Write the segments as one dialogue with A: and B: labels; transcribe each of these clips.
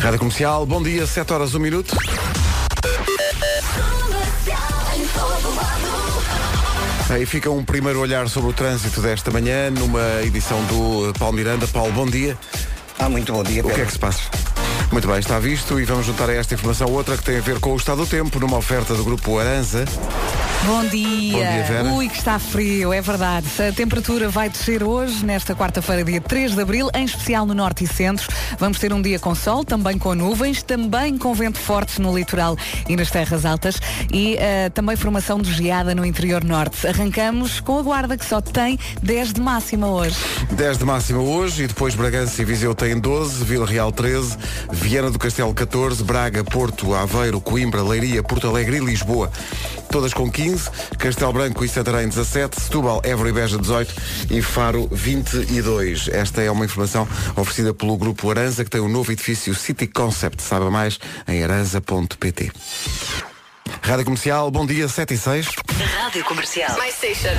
A: Rádio Comercial, bom dia, 7 horas, 1 minuto. Aí fica um primeiro olhar sobre o trânsito desta manhã, numa edição do Paulo Miranda. Paulo, bom dia.
B: Ah, muito bom dia,
A: O que
B: Pedro.
A: é que se passa? Muito bem, está visto e vamos juntar a esta informação outra que tem a ver com o estado do tempo, numa oferta do grupo Aranza.
C: Bom dia.
A: Bom dia, Vera.
C: Ui, que está frio, é verdade. A temperatura vai descer hoje, nesta quarta-feira, dia 3 de abril, em especial no norte e centro. Vamos ter um dia com sol, também com nuvens, também com vento forte no litoral e nas terras altas e eh, também formação de geada no interior norte. Arrancamos com a guarda que só tem 10 de máxima hoje.
A: 10 de máxima hoje e depois Bragança e Viseu têm 12, Vila Real 13, Viana do Castelo 14, Braga, Porto, Aveiro, Coimbra, Leiria, Porto Alegre e Lisboa. Todas com 15, Castelo Branco e Santarém 17, Setúbal, Évora e Beja 18 e Faro 22. Esta é uma informação oferecida pelo Grupo Aranza que tem um novo edifício City Concept. Saiba mais em aranza.pt. Rádio Comercial, bom dia, 7 e 6.
D: Rádio Comercial. My Station.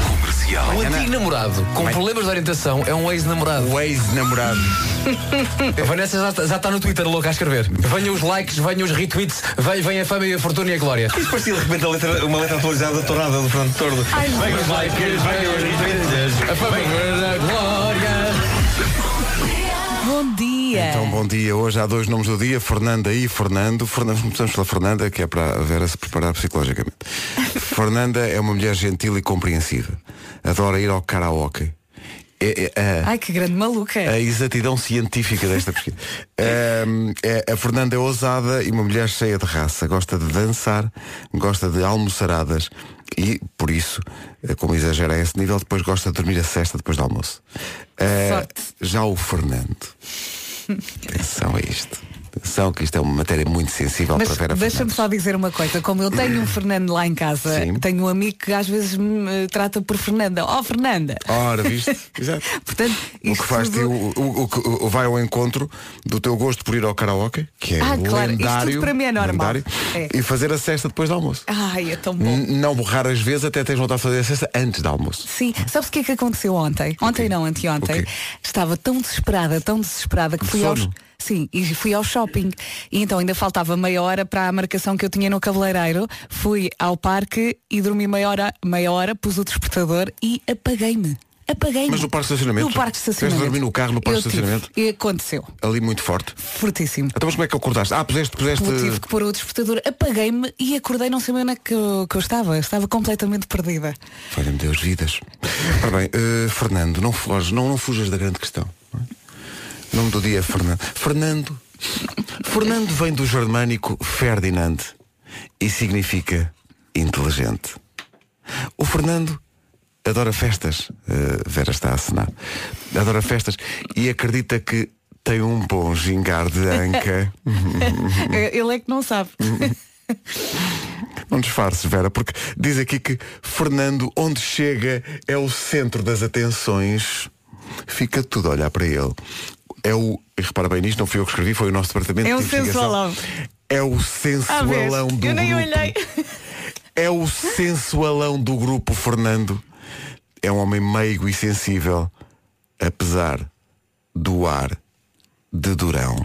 E: Um antigo namorado com problemas de orientação é um ex-namorado.
A: O ex-namorado.
E: A Vanessa já está, já está no Twitter louca a escrever. Venham os likes, venham os retweets, vem, vem a fama e a fortuna e a glória.
B: Isto parecia de repente a letra- uma letra atualizada da tornada do Fernando Tordo.
E: Venham os likes, venham os retweets, a fama e a glória.
C: Bom dia.
A: Então, bom dia. Hoje há dois nomes do dia, Fernanda e Fernando. Fernando começamos pela Fernanda, que é para a Vera se preparar psicologicamente. Fernanda é uma mulher gentil e compreensiva. Adora ir ao karaoke. É- é a-
C: Ai, que grande maluca.
A: a, exatidão científica desta pesquisa. Ahm, é- a Fernanda é ousada e uma mulher cheia de raça. Gosta de dançar, gosta de almoçaradas e, por isso, eh, como exagera a esse nível, depois gosta de dormir a cesta depois do almoço. Ah,
C: Sorte.
A: já o Fernando. Atenção a isto. Atenção que isto é uma matéria muito sensível
C: Mas
A: para Vera
C: deixa-me
A: Fernandes.
C: só dizer uma coisa, como eu tenho um Fernando lá em casa,
A: Sim.
C: tenho um amigo que às vezes me eh, trata por Fernanda. Oh Fernanda!
A: Ora, viste? Exato.
C: Portanto,
A: O
C: isto
A: que faz
C: tudo...
A: o, o, o que o- vai ao encontro do teu gosto por ir ao karaoke, que é
C: Ah, claro, isto
A: lendário,
C: tudo para mim é normal.
A: lendário,
C: É.
A: e fazer a cesta depois do almoço.
C: Ai, é tão bom.
A: N- Não borrar às vezes até tens vontade de fazer a cesta antes do almoço.
C: Sim, sabes o que é que aconteceu ontem? Ontem não, anteontem.
A: O quê?
C: Estava tão desesperada, tão desesperada que
A: De
C: fui aos.
A: sono?
C: Sim, e fui ao shopping. E então ainda faltava meia hora para a marcação que eu tinha no cabeleireiro. Fui ao parque e dormi meia hora, meia hora pus o despertador e apaguei-me. Apaguei-me.
A: Mas no parque de estacionamento?
C: No parque de
A: Tiveste de
C: estacionamento.
A: dormir no carro Ah, no parque
C: Eu
A: de
C: tive.
A: estacionamento?
C: E aconteceu.
A: Ali muito forte.
C: Fortíssimo.
A: Então mas como é que acordaste? Ah, puseste, puseste.
C: Eu tive que pôr o despertador, apaguei-me e acordei, não sabia onde é que eu, que eu estava. Estava completamente perdida.
A: Olha, me Deus, vidas. Ora bem, eh, Fernando, não foges, não, não fujas da grande questão. não é? Nome do dia é Fernando. Fernando. Fernando vem do germânico Ferdinand e significa inteligente. O Fernando adora festas. eh, Vera está a assinar. Adora festas e acredita que tem um bom gingar de anca.
C: Ele é que não sabe.
A: Não disfarces, Vera, porque diz aqui que Fernando, onde chega, é o centro das atenções. Fica tudo a olhar para ele. É o, e repara bem nisto, não fui eu que escrevi, foi o nosso departamento
C: É
A: de
C: o
A: investigação.
C: sensualão.
A: É o
C: Ah, vês?
A: sensualão do
C: Eu nem
A: grupo.
C: olhei.
A: É o sensualão do grupo, Fernando. É um homem meigo e sensível, apesar do ar de Durão.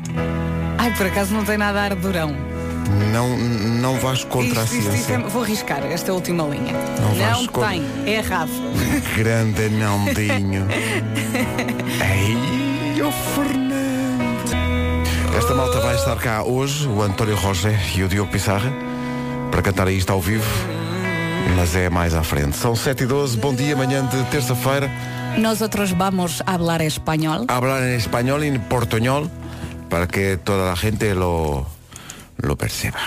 C: Ai, por acaso não tem nada a ar de durão.
A: Não, não vais contra
C: Isto,
A: a
C: isto, isto
A: ciência.
C: é- Vou arriscar esta última linha.
A: Não vais
C: Não,
A: com-
C: tem, é errado.
A: Grande anãozinho. É Ei, o Fernando. Esta malta vai estar cá hoje, o António Roger e o Diogo Pissarra, para cantar isto ao vivo, mas é mais à frente. São 7 e 12 bom dia, manhã de terça-feira.
C: Nós outros vamos hablar espanhol.
A: Hablar em espanhol e em portuñol, para que toda a gente lo, lo perceba.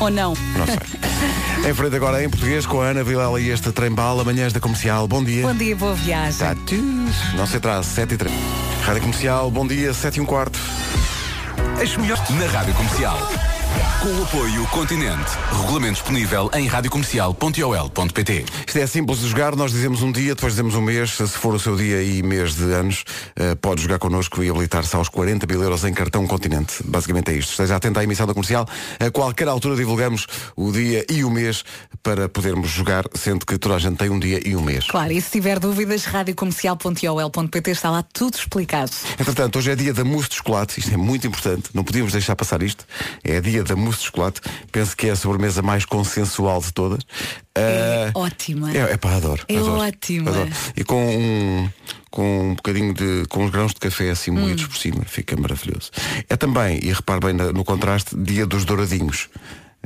C: Ou não?
A: Não sei. em frente agora em português com a Ana Vilela e este trem-bala, manhãs da comercial. Bom dia.
C: Bom dia, boa viagem.
A: Tá. Status. Não se atrase, 7 e 3. Rádio Comercial, bom dia, 7 e um quarto.
F: As melhores na Rádio Comercial. Com o apoio Continente. Regulamento disponível em radiocomercial.ol.pt
A: Isto é simples de jogar, nós dizemos um dia, depois dizemos um mês, se for o seu dia e mês de anos, eh, pode jogar connosco e habilitar-se aos 40 mil euros em cartão continente. Basicamente é isto. Esteja atento à emissão da comercial. A qualquer altura divulgamos o dia e o mês para podermos jogar, sendo que toda a gente tem um dia e um mês.
C: Claro, e se tiver dúvidas, radiocomercial.ol.pt está lá tudo explicado.
A: Entretanto, hoje é dia da mousse de chocolate, isto é muito importante, não podíamos deixar passar isto. É dia da mousse de chocolate, penso que é a sobremesa mais consensual de todas. Ah,
C: Ótima.
A: é, é pá, adoro.
C: É
A: adoro,
C: ótima.
A: adoro. E com um, com um bocadinho de. com uns grãos de café assim
C: Hum.
A: moídos por cima, fica maravilhoso. É também, e repare bem na- no contraste, dia dos douradinhos.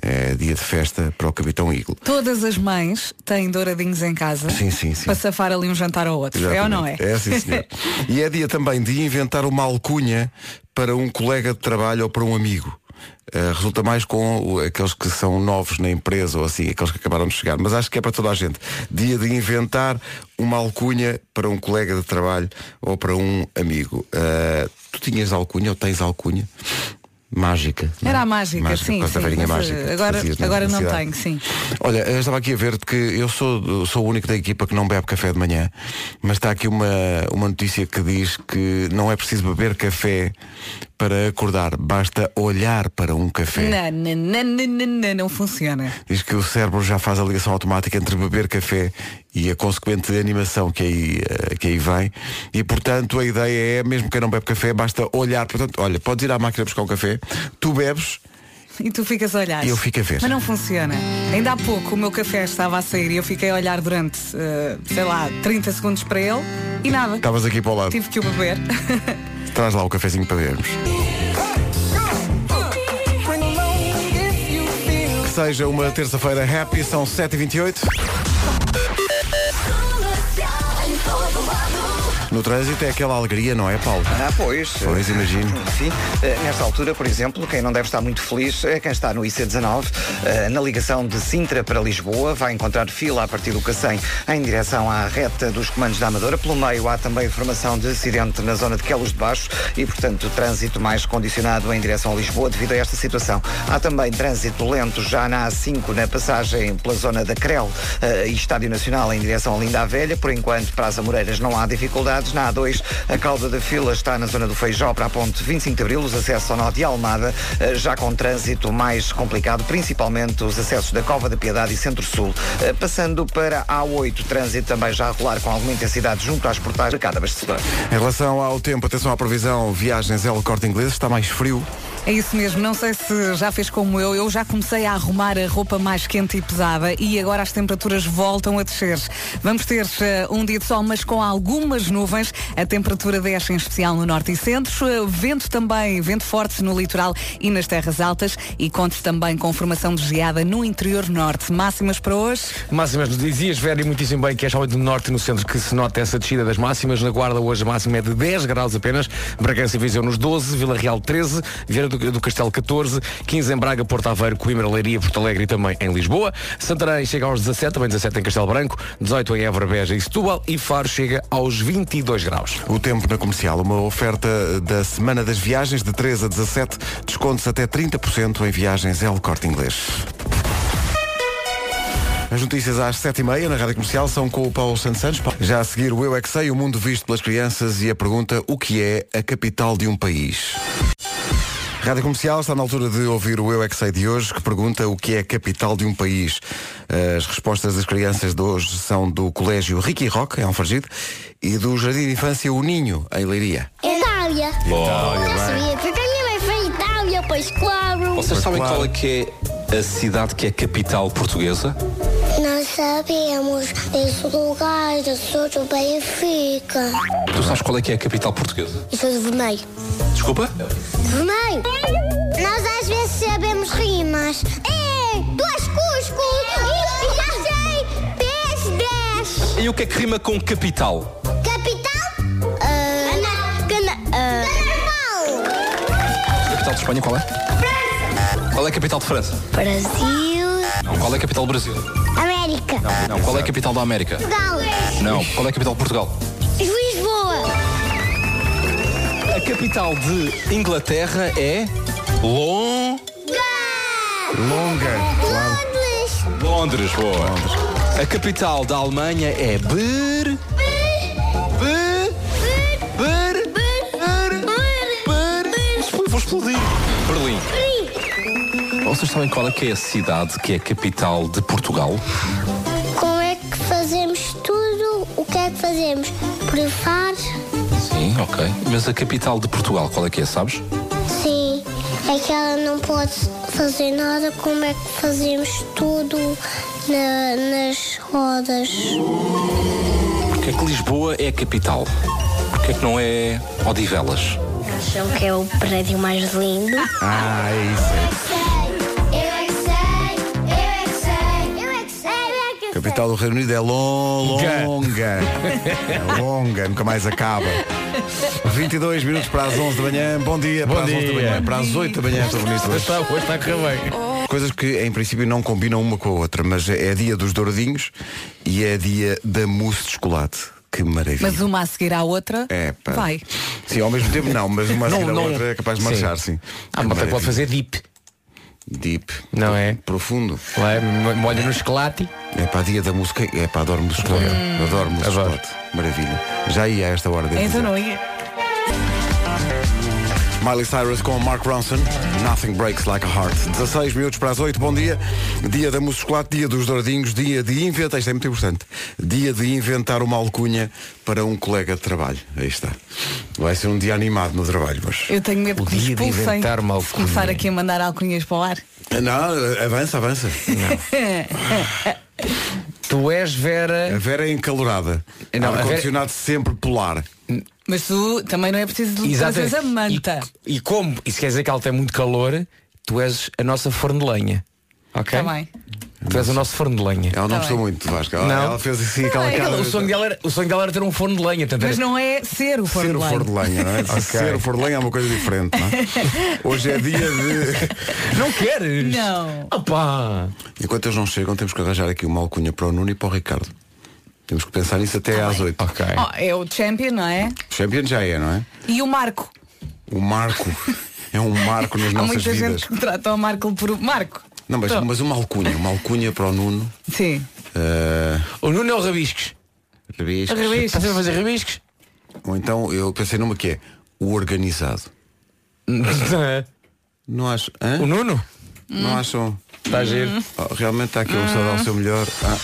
A: É dia de festa para o Capitão Eagle.
C: Todas as mães têm douradinhos em casa
A: Sim, sim, sim.
C: para safar ali um jantar ao outro. É ou não é?
A: Exatamente. É sim, senhor. e é dia também de inventar uma alcunha para um colega de trabalho ou para um amigo. Uh, resulta mais com o- aqueles que são novos na empresa ou assim, aqueles que acabaram de chegar. Mas acho que é para toda a gente. Dia de inventar uma alcunha para um colega de trabalho ou para um amigo. Uh, tu tinhas alcunha ou tens alcunha? Mágica. não é?
C: Era a mágica, sim,
A: por causa da
C: sim,
A: varinha
C: mas, eh,
A: mágica que
C: agora-
A: fazias na
C: agora não
A: universidade.
C: tenho, sim.
A: Olha, eu estava aqui a ver que eu sou, sou o único da equipa que não bebe café de manhã, mas está aqui uma, uma notícia que diz que não é preciso beber café para acordar, basta olhar para um
C: Não,
A: café.
C: não, não, não, não, não, não funciona.
A: Diz que o cérebro já faz a ligação automática entre beber café e a consequente animação que aí, eh, que aí vem. E portanto a ideia é, mesmo quem não bebe café, basta olhar. Portanto, olha, podes ir à máquina buscar um café, tu bebes,
C: E tu ficas a olhar.
A: E eu fico a ver.
C: Mas não funciona. Ainda há pouco o meu café estava a sair e eu fiquei a olhar durante, eh, sei lá, 30 segundos para ele e nada.
A: estavas aqui para o lado,
C: Tive que o beber.
A: traz lá o cafezinho para bebermos. Que seja uma terça-feira happy, são 7h28. No trânsito é aquela alegria, não é, Paulo?
G: Ah, pois.
A: Pois, imagino.
G: Sim. Eh, Nesta altura, por exemplo, quem não deve estar muito feliz é quem está no IC19. eh, Na ligação de Sintra para Lisboa, vai encontrar fila a partir do Cacém em direção à reta dos comandos da Amadora. Pelo meio, há também formação de acidente na zona de Quelos de Baixo e, portanto, trânsito mais condicionado em direção a Lisboa devido a esta situação. Há também trânsito lento já na A5, na passagem pela zona da Crel eh, e Estádio Nacional em direção à Linda à Velha. Por enquanto, para as Amoreiras não há dificuldades. Na A2, a cauda da fila está na zona do Feijó para a ponte 25 de Abril. Os acessos ao Nó de Almada, eh, já com trânsito mais complicado, principalmente os acessos da Cova da Piedade e Centro-Sul. Eh, Passando para a A8, trânsito também já a rolar com alguma intensidade junto às portagens de cada abastecedor.
A: Em relação ao tempo, atenção à previsão, viagens L Corte Inglês, está mais frio.
C: É isso mesmo, não sei se já fez como eu, eu já comecei a arrumar a roupa mais quente e pesada e agora as temperaturas voltam a descer. Vamos ter eh, um dia de sol, mas com algumas nuvens, a temperatura desce em especial no norte e centro, Eh, vento também, vento forte no litoral e nas terras altas e conte também com formação de geada no interior norte. Máximas para hoje?
E: Máximas, dizias, Vera, e muitíssimo bem que é somente no norte e no centro que se nota essa descida das máximas. Na Guarda hoje a máxima é de 10 graus apenas. Bragança e Viseu nos 12, Vila Real 13, Vieira do, do Castelo 14, 15 em Braga, Porto Aveiro, Coimbra, Leiria, Porto Alegre e também em Lisboa. Santarém chega aos 17, também 17 em Castelo Branco, 18 em Évora, Beja e Setúbal e Faro chega aos 22 graus.
A: O tempo na comercial, uma oferta da Semana das Viagens de 13 a 17, descontos até 30% em viagens L Corte Inglês. As notícias às 7h30 na Rádio Comercial são com o Paulo Santos Santos. Já a seguir o Eu é que Sei, o mundo visto pelas crianças e a pergunta o que é a capital de um país? Rádio Comercial está na altura de ouvir o Eu é que Sei de hoje, que pergunta o que é a capital de um país. As respostas das crianças de hoje são do Colégio Ricky Rock, em Alfargide, e do Jardim de Infância O Ninho, em Leiria.
H: Itália. Então, Eu sabia, porque a minha mãe foi Itália, pois claro.
F: Vocês sabem
A: claro.
F: qual é que é a cidade que é capital portuguesa?
H: Nós sabíamos desse lugar, eu sou do Benfica.
F: Tu sabes qual é que é a capital portuguesa?
H: E sou de vermelho.
F: Desculpa?
H: Vermelho? Nós às vezes sabemos rimas. É, duas cusco. E já sei, pés 10.
F: E o que é que rima com capital?
H: Capital? Ana. Cana. ah.
F: A capital de Espanha qual é? Qual é a capital de França?
H: Brasil.
F: Não. Qual é a capital do Brasil?
H: América.
F: Não. Qual é a capital da América?
H: Portugal.
F: Não. Qual é a capital de Portugal?
H: Lisboa.
F: A capital de Inglaterra é Lon...
H: Gol.
A: Longa. Claro.
H: Londres.
F: Londres, boa. A capital da Alemanha é Ber... Ber... Ber... Ber... Ber... Vou explodir. Berlim. Vocês sabem qual é que é a cidade que é a capital de Portugal?
H: Como é que fazemos tudo? O que é que fazemos? Provar?
F: Sim, ok. Mas a capital de Portugal, qual é que é, sabes?
H: Sim. É que ela não pode fazer nada. Como é que fazemos tudo na- nas rodas?
F: Porque é que Lisboa é a capital? Porque é que não é Odivelas?
H: Acham que é o prédio mais lindo?
A: Ah, é isso.
H: Eu é que sei, eu é que sei, eu é que sei, eu é que sei.
A: Capital do Reino Unido é lon- longa. É longa, nunca mais acaba. 22 minutos para as 11 da manhã. Bom dia, para as 11 da manhã.
E: dia.
A: Para as 8 da manhã, estou bonito hoje.
E: Está, hoje está a correr bem.
A: Coisas que em princípio não combinam uma com a outra, mas é dia dos douradinhos e é dia da mousse de chocolate. Que maravilha.
C: Mas uma a seguir à outra
A: É, pá.
C: vai.
A: Sim, ao mesmo tempo não, mas uma a
E: Não,
A: seguir à
E: não.
A: outra é capaz de marchar, sim.
E: Ah,
A: Que
E: malta que pode
A: maravilha.
E: fazer dip.
A: Deep.
E: Não é?
A: Profundo.
E: Lá é, mo- Molha no chocolate. Hum.
A: É para dia da música. É para adoro mousse de chocolate. Adoro mousse de
E: Adoro.
A: chocolate. Maravilha. Já ia a esta hora devo
C: Então
A: dizer.
C: não ia.
A: Miley Cyrus com Mark Ronson, Nothing Breaks Like a Heart. 16 minutos para as 8, bom dia. Dia da mousse de chocolate, dia dos douradinhos, dia de inventar, isto é muito importante, dia de inventar uma alcunha para um colega de trabalho. Aí está. Vai ser um dia animado no trabalho, mas...
C: Eu tenho medo
E: O
C: que me
E: dia de
C: expulsem
E: inventar uma
C: se começar
E: alcunha.
C: aqui a mandar alcunhas para o ar.
A: Não, avança, avança.
E: Tu és
A: A
E: Vera.
A: Vera é encalorada.
E: Não, a Vera-
A: Ar-condicionado sempre polar.
C: Mas tu também não é preciso de trazeres a manta.
E: E, e como? Isso quer dizer que ela tem muito calor, tu és a nossa forno de lenha. Ok?
C: Está Tá bem.
E: Tu és o nosso forno de lenha.
A: Ela não
C: Tá
A: gostou
C: bem.
A: muito, Vasco. Ela,
E: Não.
A: ela fez assim aquela
C: Não,
A: cara...
E: O sonho, dela era, o sonho dela era ter um forno de lenha, tanto
C: Mas
E: era-
C: não é ser o
A: Ser o
C: forno
A: for de
C: de
A: lenha, não é?
E: Ok.
A: Ser o for de lenha é uma coisa diferente, não é? Hoje é dia de...
E: não queres?
C: Não.
E: Opa!
A: Enquanto eles não chegam, temos que arranjar aqui uma alcunha para o Nuno e para o Ricardo. Temos que pensar nisso até às oito.
E: Ok.
C: Oh, é o champion, não é?
A: Champion já é, não é?
C: E o Marco.
A: O Marco. É um marco nas
C: Há
A: nossas
C: muita
A: vidas.
C: gente que trata o Marco por Marco.
A: Não, mas,
C: Tô.
A: mas uma alcunha, uma alcunha para o Nuno.
C: Sim.
A: eh,
E: O Nuno é o rabiscos.
A: rabiscos.
E: Está sempre a fazer rabiscos?
A: Ou então eu pensei numa que é o organizado. Não acho. hã?
E: o Nuno?
C: Hum.
A: Não acham?
E: Está a giro.
A: Oh, realmente está aqui uma pessoa a dar o seu melhor. Ah.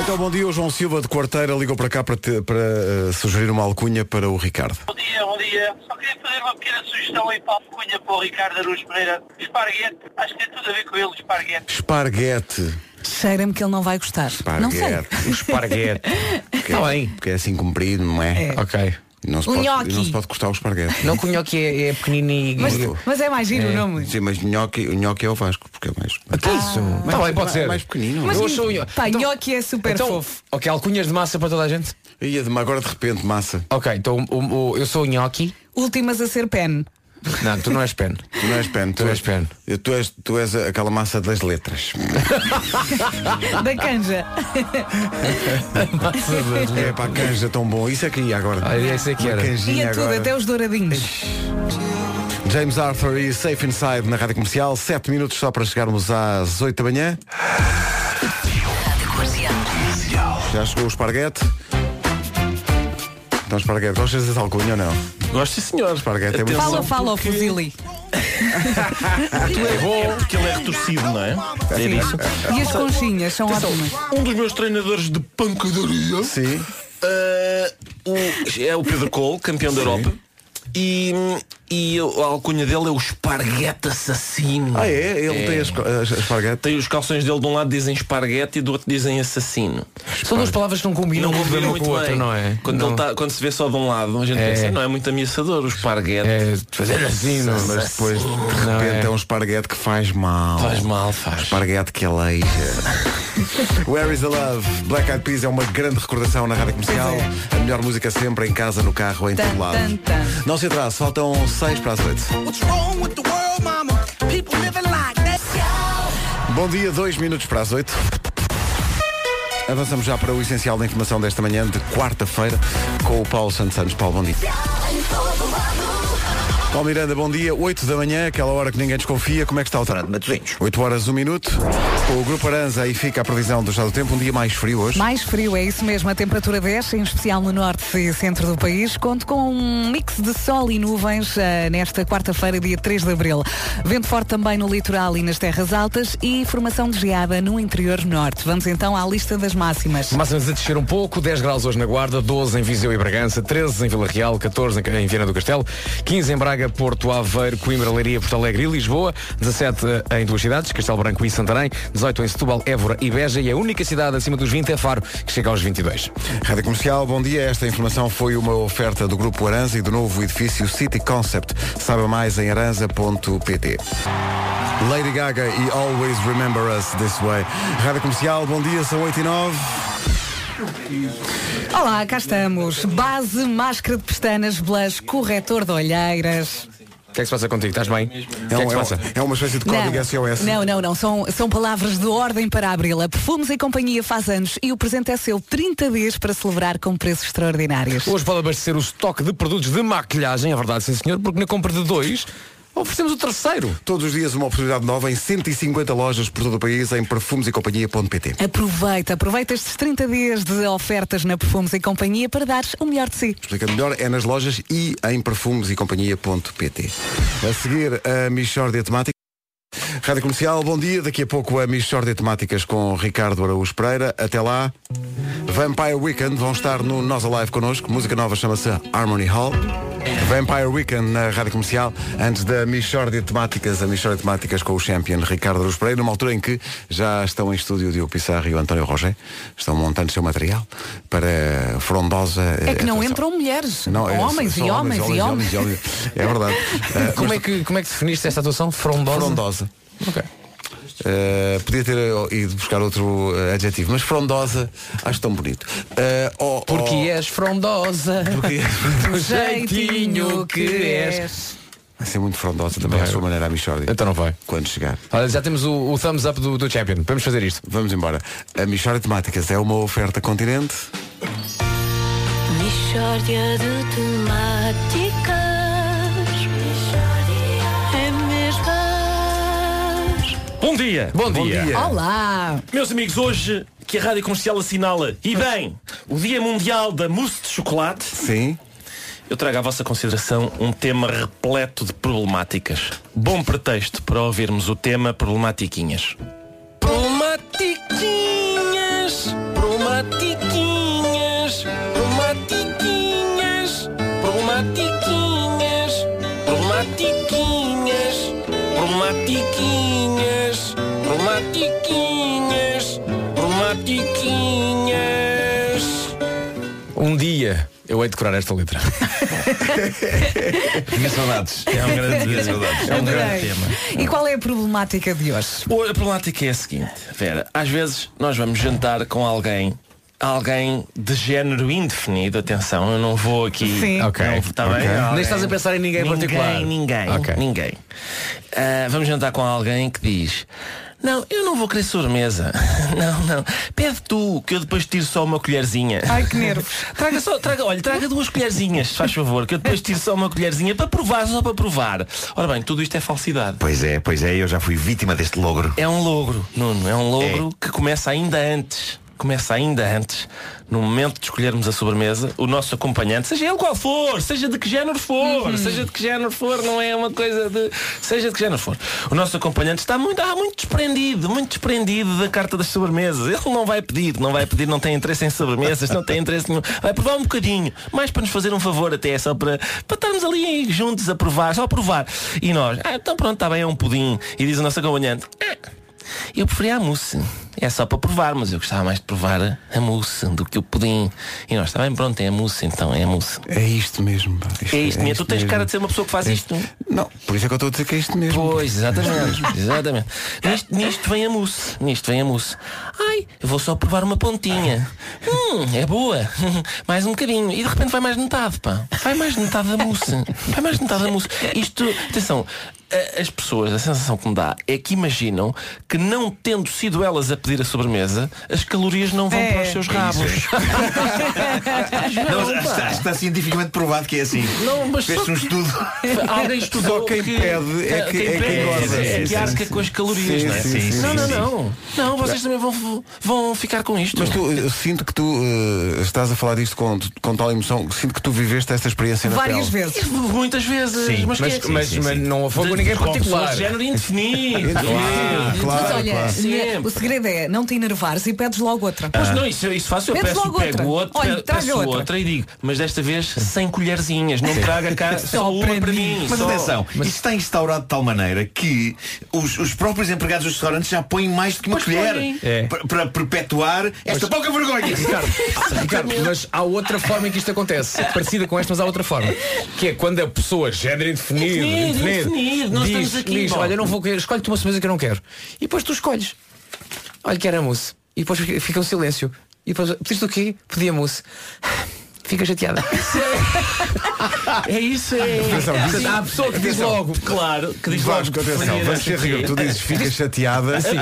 A: Então, bom dia. O João Silva de Quarteira ligou para cá para, te- para eh, sugerir uma alcunha para o Ricardo.
I: Bom dia, bom dia. Só queria fazer uma pequena sugestão aí para a alcunha para o Ricardo Aruz Pereira. Esparguete, acho que tem tudo a ver com ele, esparguete.
A: Esparguete.
C: Cheira-me que ele não vai gostar. Não sei. Tá
A: Esparguete.
E: O esparguete. Está bem.
A: Porque é assim comprido, não é?
E: Ok.
A: Não, se
C: O
A: pode,
C: nhoque.
A: não se pode cortar o esparguete.
E: Não que o nhoque é, é pequenino e...
C: Mas,
E: o
C: mas é mais giro o nome.
A: Sim, mas nhoque, o nhoque é o Vasco, porque é mais.
E: que é isso? Está bem, pode ser.
A: mais pequenino.
C: Mas
E: Eu acho o nho-
C: pá,
E: Então-
C: nhoque é super
E: então,
C: fofo.
E: Ok, alcunhas de massa para toda a gente?
A: Ia de, agora de repente, massa.
E: Ok, então o- o- eu sou o nhoque.
C: Últimas a ser pen.
E: Não, tu não és pen.
A: Tu não és pen, tu,
E: Tu és pen.
A: Tu és, tu és aquela massa das letras.
C: Da canja.
A: é para a canja tão bom. Isso é que ia agora.
E: Ah, esse é que
A: Uma
E: era.
A: canjinha
C: E é tudo,
A: agora.
C: até os douradinhos.
A: James Arthur e Safe Inside na Rádio Comercial. 7 minutos só para chegarmos às 8 da manhã. Já chegou o esparguete. Então, esparguete, gostas desse alcunha ou não?
F: Gosto, sim, senhor.
A: Esparguete é muito
C: Fala, fala, o fuzili.
J: É porque ele é retorcido, não é? É isso.
C: E as conchinhas são ótimas.
J: Um dos meus treinadores de pancadaria
A: Sim.
J: eh, o- é o Pedro Cole, campeão da Europa. E, e a alcunha dele é o esparguete assassino.
A: Ah, é? Ele tem as, as, as esparguete.
J: Tem os calções dele de um lado dizem esparguete e do outro dizem assassino.
E: São duas palavras que não combinam
J: não
E: muito bem
J: combina
E: uma com
J: muito
E: a outra,
J: bem.
E: não é?
J: Quando,
E: não.
J: ele tá- quando se vê só de um lado, a gente
E: É.
J: pensa, não é muito ameaçador o esparguete.
E: É, fazer assim, não.
A: Mas depois, de
E: Não,
A: repente, é.
E: é.
A: um esparguete que faz mal. Um
J: Faz mal, faz.
A: Esparguete que aleija. Where is the love? Black Eyed Peas é uma grande recordação na rádio comercial. A melhor música sempre, em casa, no carro, em
C: Tan,
A: todo lado.
C: tan, tan.
A: Não se atrase, faltam 6 para as 8. Bom dia, 2 minutos para as 8. Avançamos já para o essencial da informação desta manhã de quarta-feira com o Paulo Santos Santos. Paulo, bom dia. Paulo Miranda, bom dia. 8 da manhã, aquela hora que ninguém desconfia. Como é que está o trânsito? Matosinhos. 8 horas, 1 minuto. Com o Grupo Aranza, aí fica a previsão do estado do tempo. Um dia mais frio hoje.
C: Mais frio, é isso mesmo. A temperatura desce, em especial no norte e centro do país. Conto com um mix de sol e nuvens ah, nesta quarta-feira, dia 3 de abril. Vento forte também no litoral e nas terras altas e formação de geada no interior norte. Vamos então à lista das máximas.
E: Máximas a descer um pouco, 10 graus hoje na Guarda, 12 em Viseu e Bragança, 13 em Vila Real, 14 em em Viana do Castelo, 15 em Braga, Porto Aveiro, Coimbra, Leiria, Porto Alegre e Lisboa, 17 em duas cidades, Castelo Branco e Santarém, 18 em Setúbal, Évora e Beja e a única cidade acima dos 20 é Faro, que chega aos 22.
A: Rádio Comercial, bom dia. Esta informação foi uma oferta do Grupo Aranza e do novo edifício City Concept. Saiba mais em aranza.pt. Lady Gaga e Always Remember Us This Way. Rádio Comercial, bom dia, são 8 e 9.
C: Olá, cá estamos. Base, máscara de pestanas, blush, corretor de olheiras.
E: O que é que se passa contigo? Estás bem? O que é
A: É,
E: que
A: um-
E: se
A: é um-
E: passa?
A: é uma espécie de código SOS.
C: Não, não, não. São, são palavras de ordem para abri-la. Perfumes e companhia faz anos e o presente é seu 30 dias para celebrar com preços extraordinários.
E: Hoje pode abastecer o estoque de produtos de maquilhagem, é verdade, sim senhor, porque na compra de dois oferecemos o terceiro.
A: Todos os dias uma oportunidade nova em 150 lojas por todo o país em perfumesecompañia.pt.
C: Aproveita, aproveita estes 30 dias de ofertas na Perfumes e Companhia para dares o melhor de si.
A: Explica melhor, é nas lojas e em perfumesecompañia.pt. A seguir, a Michórdia Temática. Rádio Comercial, bom dia. Daqui a pouco a Michórdia Temáticas com Ricardo Araújo Pereira. Até lá. Vampire Weekend vão estar no Nós Alive connosco. Música nova chama-se Harmony Hall. Vampire Weekend na Rádio Comercial. Antes da Michórdia Temáticas, a Michórdia Temáticas com o Champion Ricardo Araújo Pereira. Numa altura em que já estão em estúdio o Diogo Pissarro e o António Roger. Estão montando o seu material para frondosa
C: É que não
A: atuação.
C: entram mulheres,
A: Não, é,
C: homens,
A: são
C: e homens, e homens.
A: e homens. É verdade. Eh,
E: Como
A: mas
E: é que, como é que definiste esta atuação?
K: é
E: Frondosa?
A: Frondosa.
E: Ok.
A: Eh, podia ter eh, ido buscar outro eh, adjetivo, mas frondosa acho tão bonito. Eh, oh,
E: Porque
A: oh,
E: és frondosa.
A: Porque...
C: Um
E: Do jeitinho que és.
A: Vai ser muito frondosa também, à sua maneira, a Michórdia.
E: Então não vai.
A: Quando chegar.
E: Olha, já temos o, o thumbs up do, do Champion. Vamos fazer isto.
A: Vamos embora. A Michórdia Temáticas é uma oferta continente.
D: Mishória de temáticas. É mesmo.
K: Bom dia.
E: Bom, dia.
C: Olá!
K: Meus amigos, hoje que a Rádio Comercial assinala, e bem, o Dia Mundial da Mousse de Chocolate,
A: Sim.
K: eu trago à vossa consideração um tema repleto de problemáticas. Bom pretexto para ouvirmos o tema Problematiquinhas.
J: Promatiquinhas, promatiquinhas, promatiquinhas, promatiquinhas, promatiquinhas, promatiquinhas, promatiquinhas, promatiquinhas.
E: Um dia eu hei de curar esta letra.
B: Tinha saudades.
K: É um grande,
B: Tinha saudades.
K: é um grande
C: Adorei.
K: tema.
C: E qual é a problemática de hoje?
K: Ou A problemática é a seguinte, Vera, às vezes nós vamos jantar com alguém, alguém de género indefinido, atenção, eu não vou aqui.
C: Sim.
E: Ok.
K: Não, está bem?
E: Ok.
K: Alguém-
E: Nem estás a pensar em ninguém em particular.
K: Ninguém,
E: Ok.
K: ninguém. Ah, vamos jantar com alguém que diz. Não, eu não vou querer sobremesa. Não, não. Pede tu, que eu depois tiro só uma colherzinha.
C: Ai, que nervos.
K: Traga só, traga, olha, traga duas colherzinhas, se faz favor, que eu depois tiro só uma colherzinha para provar, só para provar. Ora bem, tudo isto é falsidade.
B: Pois é, pois é, eu já fui vítima deste logro.
K: É um logro, Nuno, é um logro que começa ainda antes. Começa ainda antes, no momento de escolhermos a sobremesa, o nosso acompanhante, seja ele qual for, seja de que género for, seja de que género for, não é uma coisa de. seja de que género for. O nosso acompanhante está muito, ah, muito desprendido, muito desprendido da carta das sobremesas. Ele não vai pedir, não vai pedir, não tem interesse em sobremesas, não tem interesse nenhum. Vai provar um bocadinho, mais para nos fazer um favor até, só para, para estarmos ali juntos a provar, só a provar. E nós, ah, então pronto, está bem, é um pudim. E diz o nosso acompanhante, ah, eu preferia a mousse. É só para provar, mas eu gostava mais de provar a mousse do que o pudim. E nós, está bem, pronto, é a mousse, então, é a mousse.
A: É isto mesmo. pá.
K: É isto, minha. Tu tens
A: mesmo. É
K: cara de ser uma pessoa que faz isto.
A: Não, por isso é que eu estou a dizer que é isto mesmo.
K: Pois, exatamente, exatamente. Nisto, nisto vem a mousse, nisto vem a mousse. Ai, eu vou só provar uma pontinha. Hum, é boa. Mais um bocadinho. E de repente vai mais de metade, pá. Vai mais de metade da mousse. Vai mais de metade da mousse. Isto, É, atenção, a- as pessoas, a sensação que me dá é que imaginam que não tendo sido elas a pedir a sobremesa, as calorias não vão
I: É.
K: para os seus
I: É isso,
K: rabos.
I: Não, está- está-
L: está cientificamente provado que é assim.
K: Não, mas
L: Fez-se
K: só
L: um
K: que-
L: estudo.
K: Alguém estudou
L: Só quem
K: que-
L: pede é que-
K: quem
L: é que
K: pede
L: engorda.
K: é que
L: Sim,
K: arca
L: sim,
K: com as
L: sim.
K: calorias, não é?
L: Sim, sim,
K: não,
L: sim,
K: não,
L: sim.
K: não. Não, vocês também vão, vão ficar com isto.
A: Mas tu, eu sinto que tu eh, estás a falar disto com, com tal emoção, sinto que tu viveste esta experiência na pele.
K: vezes. Muitas vezes.
A: Sim,
K: mas,
A: mas-
K: quem é que-
A: mas- mas não foi com ninguém
K: com
A: particular.
K: pessoas de género indefinido.
A: Indefinido, claro,
C: Mas olha,
K: claro.
C: ne- o segredo é não te enervares e pedes logo outra.
K: Ah. Pois não, isso, é, isso faço, eu
C: Metes
K: peço,
C: logo
K: pego
C: outra.
K: outro,
C: Olha,
K: pe-
C: traga
K: peço
C: outra.
K: outra. e digo, mas desta vez sem colherzinhas, não traga cá só uma para mim.
L: Mas
K: só.
L: atenção, isto está instaurado de tal maneira que os, os próprios empregados dos restaurantes já põem mais do que uma
K: Pois
L: colher
K: põem.
L: pa- para perpetuar esta pouca vergonha.
E: Ricardo, Ricardo, mas há outra forma em que isto acontece. Parecida com esta, mas há outra forma. Que é quando a pessoa, género indefinido,
K: Indefinido,
E: indefinido,
K: indefinido, nós
E: diz,
K: estamos aqui,
E: diz,
K: bom.
E: olha, não vou querer, escolhe-te uma cerveja que eu não quero. E depois tu escolhes. Olha, quero a mousse. E depois fica- fica um silêncio. E depois, pediste o quê? Pedi a mousse. Fica chateada.
K: É isso, é.
A: Atenção, diz-
E: Há a pessoa que diz
A: atenção.
E: logo.
K: Claro, que diz logo.
A: Vasco, atenção,
K: Preferia
A: vamos ser
K: não sei o quê.
A: rigorosos. Tu dizes fica chateada,
K: A pessoa.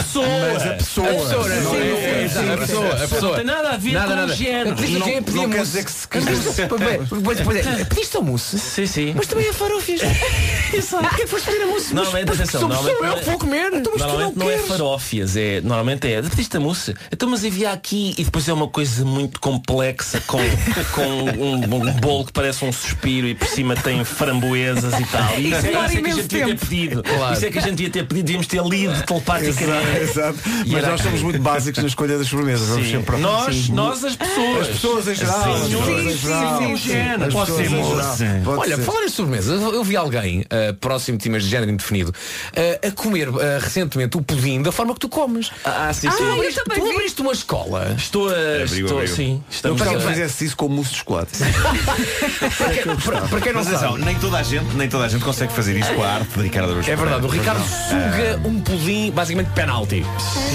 A: mas a pessoa.
K: A pessoa,
A: não
K: sim,
A: é-
K: sim,
A: sim,
K: a pessoa, a pessoa. Não tem nada a ver com o género.
E: Pediste o quê?
C: é
K: Não-
E: Pedi a
K: não quer
E: mousse.
K: dizer que se
E: Mas
K: quis.
E: pediste- pois- pois é, Pediste a mousse?
K: Sim, sim.
E: Mas também é farofias. Exato. Porque foste pedir a mousse? Mas-
K: Normalmente,
E: mas
K: atenção,
E: sou- sou
K: normalmente
E: eu
K: não é-
E: que vou comer. Então, mas tu não
K: Normalmente não é
E: queres.
K: farófias, é, normalmente é Batista Mousse. Então, mas havia aqui e depois é uma coisa muito complexa com, com um, um bolo que parece um suspiro e por cima tem framboesas e tal. E
I: Isso
K: isso,
I: demora
K: é, isso é que a
I: imenso
K: gente devia ter
I: tempo.
K: pedido.
A: Claro.
K: Isso é que a gente devia ter pedido, devíamos ter lido telepaticamente.
A: Exato, exato.
K: E
A: Mas
K: era
A: nós somos
K: aquilo.
A: muito básicos na escolha das sobremesas. Vamos
K: Sim.
A: sempre para
K: Nós-
A: Sim.
K: nós as pessoas.
A: As pessoas em geral.
K: Sim,
A: as pessoas
K: sim,
A: em
K: sim,
A: geral.
K: sim, sim.
A: As
E: Pode
A: pessoas
E: ser
A: em
E: moça.
A: geral. Pode
E: Olha,
A: ser.
E: falar em sobremesas, eu, eu vi alguém ah, próximo de timas de género indefinido ah, a comer ah, recentemente o pudim da forma que tu comes.
K: Ah, sim, sim.
E: Tu
K: eu
E: abriste,
K: também
E: tu
K: vi.
E: abriste uma escola.
K: Estou a. estou,
E: assim,
K: sim.
A: Eu
K: Estamos
A: gostava que
K: a-
A: fizesse isso com mousse de chocolate.
L: É
E: para quem não
L: Mas atenção,
E: sabe.
L: nem toda a gente, nem toda a gente consegue fazer isso com a arte de Ricardo Araújo.
E: É verdade, o
L: Pereira.
E: Ricardo
L: Pois não. Ah.
E: suga um pudim basicamente penalti.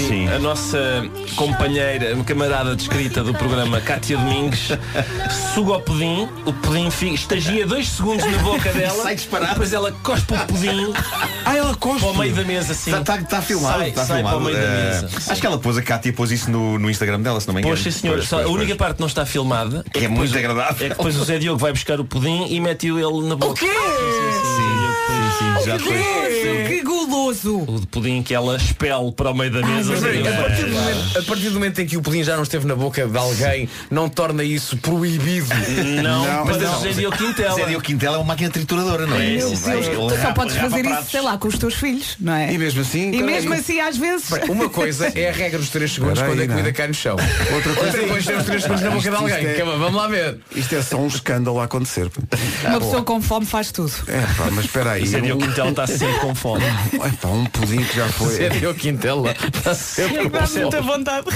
K: Sim. A nossa companheira, camarada de escrita do programa, Cátia Domingues, suga o pudim, o pudim fica, estagia dois segundos na boca dela,
L: Sai disparado.
K: depois ela cospe o pudim
A: ah, ela cospe.
K: para o meio da mesa assim.
L: Está tá, tá filmado,
K: Sai,
L: tá
K: sai
L: filmado.
K: para o meio da
L: Eh,
K: mesa.
L: acho que ela pôs, a Cátia pôs isso no, no Instagram dela, se não me engano.
K: Pois sim senhor,
L: é Pois,
K: Só
L: pois,
K: a
L: pois.
K: única parte que não está filmada
L: Que é muito
K: depois o-
L: agradável.
K: É que depois o Zé Diogo vai buscar o pudim e mete-o ele na boca. O quê?
L: já foi.
C: Que guloso!
K: O de pudim que ela expele para o meio da mesa.
E: Ah, Mas,
K: Zé
E: peraí,
K: Diogo.
E: a, partir do momento, a partir do momento em que o pudim já não esteve na boca de alguém, não torna isso proibido.
K: Não,
L: mas
K: para
L: atenção,
K: Zé Diogo Quintela.
L: Zé Diogo Quintela é uma máquina trituradora, não é?
K: Meu
L: Ele
K: Deus,
L: vai-
E: Então
L: ele
C: Tu
E: é
C: só
L: rapa-
E: um
C: podes
L: rapa
C: fazer isso,
L: pratos.
C: sei lá, com os teus filhos, não é?
A: E mesmo assim,
C: E
A: caralho,
C: mesmo assim, às vezes.
E: Uma coisa é a regra dos 3 segundos
A: Peraí,
E: quando a
A: não.
E: comida cai no chão.
A: Outra coisa é
E: depois
A: isto.
E: temos 3 segundos na boca de
A: Isto- isto
E: alguém.
A: é-
E: Calma, vamos lá ver.
A: Isto é só um escândalo a acontecer.
E: Tá
C: Uma pessoa com fome faz tudo.
A: É, pá, mas espera aí.
K: Zé
A: Um,
K: Diogo Quintela está tá sempre com fome.
A: é, pá, um pudim que já foi.
E: Sério, Quintela.
K: tá
E: Está sempre com fome.
C: vontade.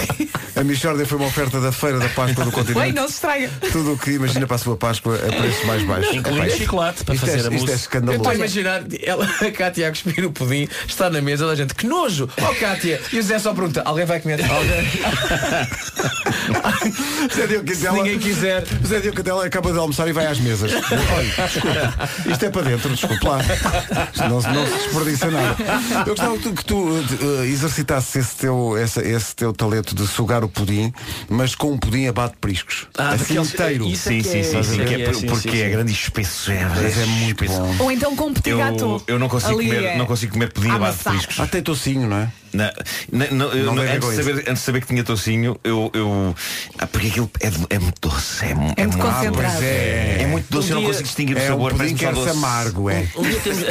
A: A Michórdia foi uma oferta da Feira da Páscoa do
C: Bem,
A: Continente.
C: não se estraga.
A: Tudo o que imagina para a sua Páscoa a preços mais baixos.
K: Incluindo
A: Epá,
K: chocolate para
A: isto, é,
K: fazer a
A: isto é
K: mousse.
E: Eu estou a
A: escandaloso.
E: imaginar ela, a Cátia a cuspir o pudim, está na mesa, toda a gente, que nojo! Oh Cátia! E o Zé só pergunta, alguém vai comer? Alguém?
A: Zé Diogo
E: Se
A: Quintela,
E: ninguém quiser.
A: Zé Diogo Quintela acaba de almoçar e vai às mesas. Olha, desculpa, isto é para dentro, desculpa lá. Isto Não, se- não se desperdiça nada. Eu gostava que tu, que tu, eh, de- eh, exercitasses esse teu, essa- esse, teu talento de sugar o pudim, mas com um pudim abate priscos.
K: Ah,
A: assim
K: daqueles-
A: inteiro.
K: isso é
L: Sim,
K: que
L: sim, sim,
K: Estás a
L: sim,
K: ver?
L: que é
K: É,
L: por-
K: sim,
L: porque
K: sim,
L: é
K: sim.
L: grande espesso. É,
A: Mas é muito
L: espesso.
A: bom.
C: Ou então com um petit
L: Eu,
C: gato.
L: eu não consigo
C: Ali
L: comer,
C: é-
L: não consigo comer pudim à base de
C: amassado.
L: riscos.
A: Ah, tem tocinho, não é?
L: Na- na- não, eu-
A: Não
L: não-
A: leva
L: antes,
A: com
L: de saber, antes de saber que tinha tocinho, eu. eu ah, porque aquilo é, do- é muito doce. É, mu-
C: É muito
L: mu-
C: concentrado.
A: Ah, Pois é.
L: É muito doce,
K: Um
L: eu não
K: dia-
L: consigo distinguir o
A: É um
L: sabor.
A: pudim
L: parece-me
A: que
L: só
A: é
L: doce.
A: amargo, é.
K: Um dia, temos,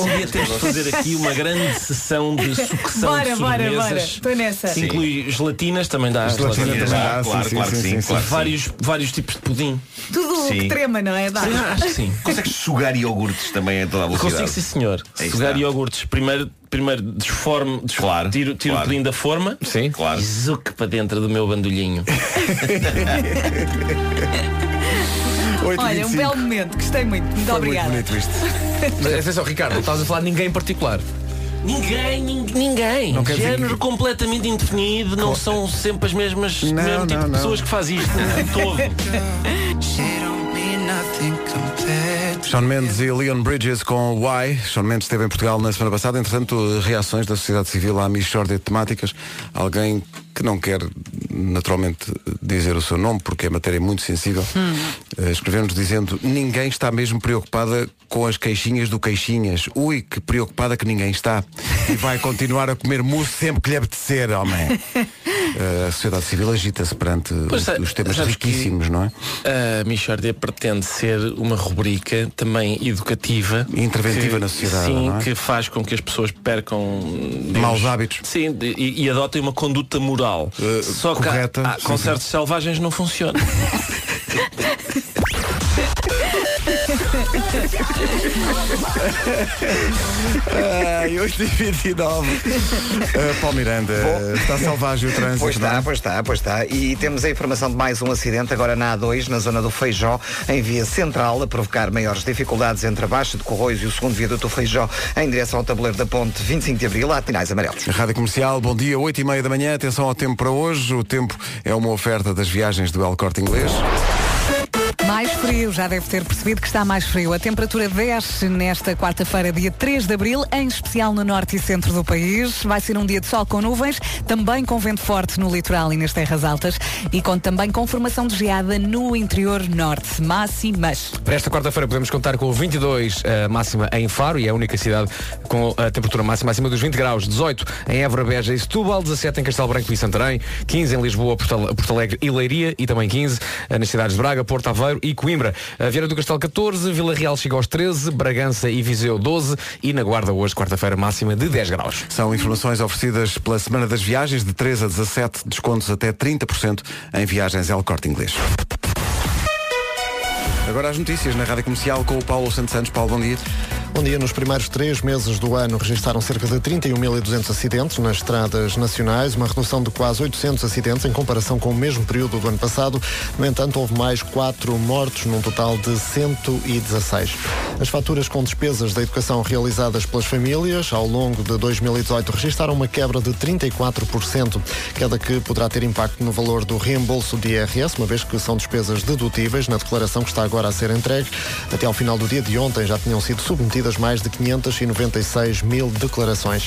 K: um dia temos de fazer aqui uma grande sessão de sucção
C: Bora,
K: de
C: bora, bora.
K: sobremesas.
C: Estou nessa.
K: Que Inclui gelatinas, também dá
A: Gelatina
K: gelatina
A: também
K: também.
A: dá,
L: claro,
A: sim,
L: claro
A: sim, sim,
L: que sim,
A: sim,
L: claro. que sim.
K: Vários, vários tipos de pudim.
C: Tudo o que
L: Sim.
C: trema, não é? Dá.
K: Acho que sim.
L: Consegues sugar iogurtes também a toda a
K: Consigo
L: velocidade. É
K: sim senhor.
L: Aí
K: Sugar
L: está.
K: iogurtes. Primeiro, primeiro desforme, des-
L: Claro,
K: tiro, tiro
L: claro.
K: o pudim da forma
E: Sim.
L: Claro.
K: e zuque para dentro do meu bandolhinho.
A: 8
C: Olha, um belo momento. Gostei muito. Muito
A: Foi muito
C: obrigada.
A: bonito isto.
E: Mas atenção, Ricardo, não estás a falar de ninguém em particular.
K: Ninguém, nin- ninguém.
A: quer dizer
K: Género
A: ninguém.
K: completamente indefinido, não são sempre as mesmas
A: Não,
K: mesmo tipo
A: não,
K: de
A: não.
K: é? pessoas que faz isto. Todo.
D: She don't mean nothing compared
A: Sean Mendes e Leon Bridges com Why. Sean Mendes esteve em Portugal na semana passada. Entretanto, reações da sociedade civil à mistória de temáticas. Alguém que não quer, naturalmente, dizer o seu nome, porque é matéria muito sensível,
K: Hum.
A: eh, escreveu-nos dizendo ninguém está mesmo preocupada com as queixinhas do queixinhas. Ui, que preocupada que ninguém está. E vai continuar a comer mousse sempre que lhe apetecer, homem. Eh, a sociedade civil agita-se perante
K: Pois, é,
A: os, os temas
K: sabes que-
A: riquíssimos, não é?
K: A Michórdia pretende ser uma rubrica também educativa.
A: interventiva
K: que-
A: na sociedade,
K: Sim,
A: não é?
K: que faz com que as pessoas percam...
A: Maus hábitos. Eh,
K: Sim, de- e, e adotem uma conduta moral. Só que
A: correta,
K: há- há
A: sim,
K: concertos selvagens não funciona.
A: Ai, 8 e 29 Paulo Miranda, está selvagem o trânsito.
G: Pois
A: não
G: está,
A: é?
G: pois está, pois está. E temos a informação de mais um acidente agora na A2, na zona do Feijó, em via central, a provocar maiores dificuldades entre a Baixa de Corroios e o segundo viaduto do Feijó, em direção ao tabuleiro da ponte 25 de Abril, há sinais amarelos.
A: Rádio Comercial, bom dia, 8 e meia da manhã, atenção ao tempo para hoje. O tempo é uma oferta das viagens do El Corte Inglês.
C: Mais frio, já deve ter percebido que está mais frio. A temperatura desce nesta quarta-feira, dia 3 de abril, em especial no norte e centro do país. Vai ser um dia de sol com nuvens, também com vento forte no litoral e nas terras altas e com também com formação de geada no interior norte. Máximas.
E: Para esta quarta-feira podemos contar com 22 eh, máxima em Faro e é a única cidade com a temperatura máxima acima dos 20 graus. 18 em Évora, Beja e Setúbal, 17 em Castelo Branco e Santarém, 15 em Lisboa, Porto Ale- Porto Alegre e Leiria e também 15 eh, nas cidades de Braga, Porto Aveiro e Coimbra. A Vieira do Castelo 14, Vila Real chega aos 13, Bragança e Viseu 12 e na Guarda hoje quarta-feira máxima de 10 graus.
A: São informações oferecidas pela Semana das Viagens, de 13 a 17, descontos até 30% em viagens El Corte Inglês. Agora as notícias na Rádio Comercial com o Paulo Santos Santos. Paulo, bom dia.
M: Bom dia. Nos primeiros três meses do ano registaram cerca de 31.200 acidentes nas estradas nacionais, uma redução de quase 800 acidentes em comparação com o mesmo período do ano passado. No entanto, houve mais quatro mortos, num total de 116. As faturas com despesas da educação realizadas pelas famílias ao longo de 2018 registaram uma quebra de 34%, queda que poderá ter impacto no valor do reembolso de IRS, uma vez que são despesas dedutíveis na declaração que está agora a ser entregue. Até ao final do dia de ontem já tinham sido submetidas mais de 596 mil declarações.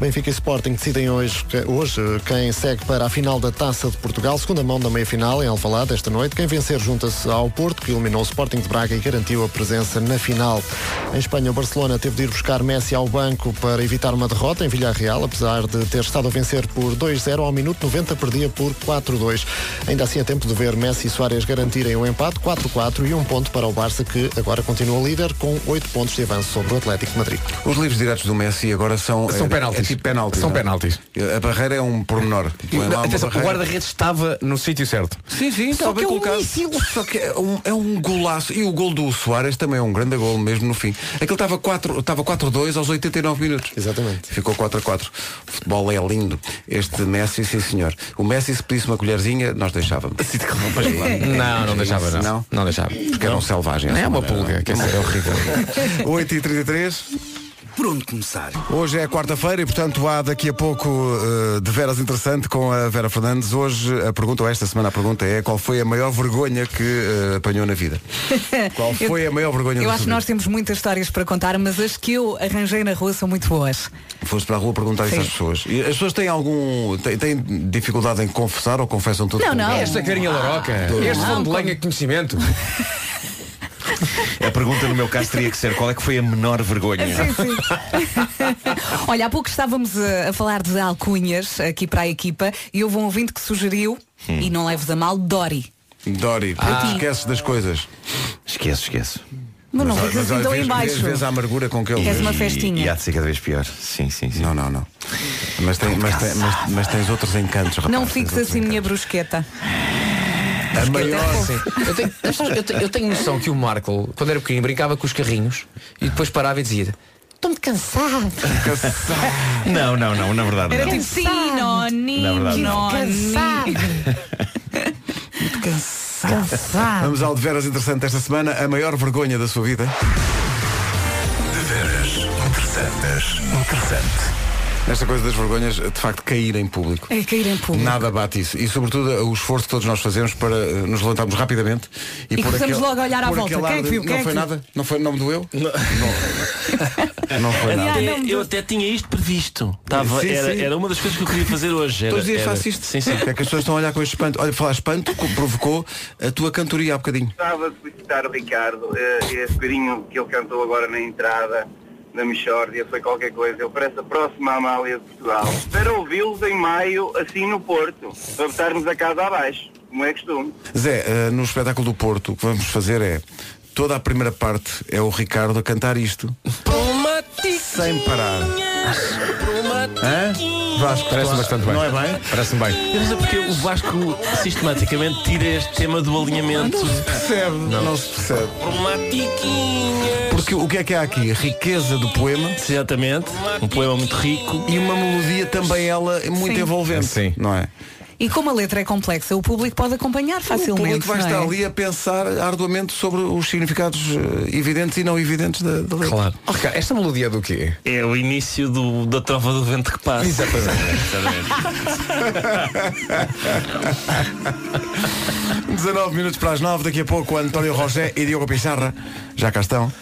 M: Benfica e Sporting decidem hoje, hoje quem segue para a final da Taça de Portugal, segunda mão da meia-final em Alvalade esta noite. Quem vencer junta-se ao Porto, que eliminou o Sporting de Braga e garantiu a presença na final. Em Espanha, o Barcelona teve de ir buscar Messi ao banco para evitar uma derrota em Villarreal, apesar de ter estado a vencer por 2-0 ao minuto 90, perdia por 4-2. Ainda assim, é tempo de ver Messi e Soares garantirem o empate 4-4 e um ponto para o Barça, que agora continua líder com 8 pontos de avanço sobre o Atlético de Madrid.
A: Os livros diretos do Messi agora são...
E: São
A: é-
E: penaltis.
A: É tipo penaltis.
E: São
A: não é?
E: penaltis.
A: A barreira é um pormenor.
E: E,
A: Põe lá
E: não,
A: uma
E: atenção, o
A: barreira.
E: guarda-redes estava no sítio certo.
A: Sim, sim, está
E: é um
A: bem colocado. Só que é um, é um golaço. E o gol do Soares também é um grande gol, mesmo no fim. Aquilo estava 4 estava 4-2 aos 89 minutos.
M: Exatamente.
A: Ficou 4-4. O futebol é lindo. Este Messi, sim senhor. O Messi, se pedisse uma colherzinha, nós deixávamos.
E: Não, não deixava, não.
A: Não,
E: não deixava.
A: Porque era um selvagem.
E: Não é
A: essa
E: uma
A: maneira,
E: pulga,
A: não.
E: quer dizer, é horrível.
A: 8h33.
N: Por onde começar?
A: Hoje é quarta-feira e, portanto, há daqui a pouco eh, de veras interessante com a Vera Fernandes. Hoje a pergunta, ou esta semana a pergunta é qual foi a maior vergonha que eh, apanhou na vida? Qual
C: Eu-
A: foi a maior vergonha
C: Eu
A: da
C: acho que
A: sua
C: nós temos muitas histórias para contar, mas as que eu arranjei na rua são muito boas.
A: vida? Foste para a rua perguntar isso
C: Sim.
A: às pessoas. E as pessoas têm algum. têm, têm dificuldade em confessar ou confessam tudo?
C: Não,
A: com
C: não.
A: calma?
E: Esta carinha laroca.
A: Tudo.
E: Este
A: Não,
E: vão de
A: como-
E: lenha é conhecimento.
L: A pergunta no meu caso teria que ser qual é que foi a menor vergonha.
C: Olha, há pouco estávamos eh, a, a falar de alcunhas aqui para a equipa e houve um ouvinte que sugeriu,
A: Hum.
C: e não leves a mal, Dori.
A: Dori,
C: Ah.
A: tu esqueces das coisas.
L: Esqueço, esqueço.
C: Mas não ficas assim tão em
A: vês, vês,
C: baixo.
A: vês a amargura com que ele.
C: Queres uma
A: E-
C: festinha?
L: E há de ser cada vez pior. Sim, sim, sim.
A: Não, não, não. Mas, tem, mas, tem- mas- mas tens outros encantos, rapaz.
C: Não
A: tens
C: fiques
A: outros
C: assim, minha brusqueta.
A: A maior,
E: sim. Eu tenho, eu tenho- eu tenho- eu tenho noção que o Marco, quando era pequeno, brincava com os carrinhos e depois parava e dizia
D: Estou-me cansado.
L: Não, não, não, na
A: Ah,
L: verdade
C: Era
L: não.
C: tipo sinónimo,
L: Na verdade, não.
C: sinónimo.
A: Cansado. Vamos ao de veras interessante desta semana, a maior vergonha da sua vida.
N: De veras interessantes. Interessante.
A: Esta coisa das vergonhas, de facto, cair em público.
C: É cair em público.
A: Nada bate isso. E sobretudo o esforço que todos nós fazemos para eh, nos levantarmos rapidamente
C: E
A: pôr
C: começamos
A: aquele-
C: logo a olhar à
A: pôr
C: volta.
A: aquele
C: Quem é
A: ar
C: que
A: de,
C: viu? Quem
A: Não
C: é que
A: foi
C: viu?"
A: nada? Não, foi, não me doeu? Não, não, foi nada.
K: Até- eu até tinha isto previsto. Tava,
A: Sim,
K: era,
A: sim.
K: era uma das coisas que eu queria fazer hoje. Era,
A: Todos os dias
K: era-
A: faço isto.
K: Sim, sim.
A: É que as pessoas estão a olhar com este espanto. Olha, falar espanto que provocou a tua cantoria há bocadinho.
N: Gostava de felicitar o Ricardo. Eh, Esse bocadinho que ele cantou agora na entrada, na Michórdia, foi qualquer coisa. Ele parece a próxima Amália de Portugal. Para ouvi-los em maio, assim no Porto, para botarmos a casa abaixo, como é costume.
A: Zé, eh, no espetáculo do Porto, o que vamos fazer é. Toda a primeira parte é o Ricardo a cantar isto. Sem parar. Hã? Vasco,
K: Parece-me bastante bem.
A: Não é bem?
E: Parece-me bem.
K: Eu não sei é porque o Vasco sistematicamente tira este tema do alinhamento. Não se
A: percebe, não, se percebe. Porque o que é que há aqui? A riqueza do poema.
K: Exatamente. Um poema muito rico.
A: E uma melodia também ela é muito
C: Sim.
A: envolvente. Sim. Não é?
C: E como a letra é complexa, o público pode acompanhar
A: O
C: facilmente.
A: público vai
C: não é?
A: estar ali a pensar arduamente sobre os significados eh, evidentes e não evidentes da, da letra.
K: Claro.
E: esta melodia é do quê?
K: É o início do- da trova do vento que passa.
A: Exatamente. 19 minutos para as 9, daqui a pouco António Rogé e Diogo Pissarra já cá estão.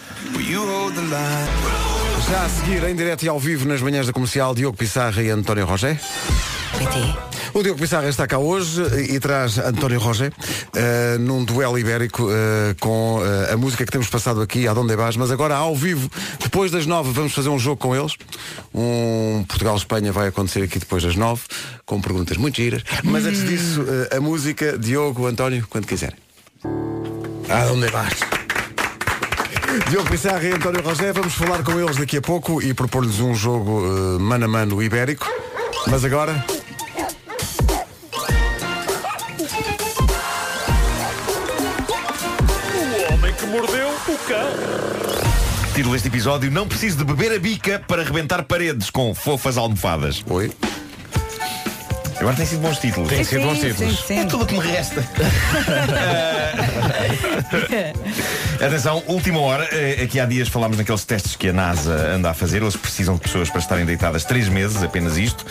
A: Já a seguir, em direto e ao vivo, nas manhãs da comercial, Diogo Pissarra e António Rogé. O Diogo Pissarra está cá hoje eh, e traz António Rogé eh, num duelo ibérico eh, com eh, a música que temos passado aqui, a Donde Vas, mas agora ao vivo, depois das nove, vamos fazer um jogo com eles. Um Portugal-Espanha vai acontecer aqui depois das nove, com perguntas muito giras. Mas antes disso, eh, a música, Diogo, António, quando quiserem. A Donde Vas. Diogo Pissarra e António Rogé, vamos falar com eles daqui a pouco e propor-lhes um jogo eh, mano a mano ibérico. Mas agora,
O: O homem que mordeu o cão.
L: Título deste episódio, não preciso de beber a bica para rebentar paredes com fofas almofadas.
A: Oi.
L: Agora tem sido bons títulos.
E: Tem Sim, sido bons sim, títulos. sim, sim.
L: É tudo o que me resta. Atenção, última hora. Eh, Aqui há dias falámos naqueles testes que a NASA anda a fazer. Eles precisam de pessoas para estarem deitadas três meses, apenas isto.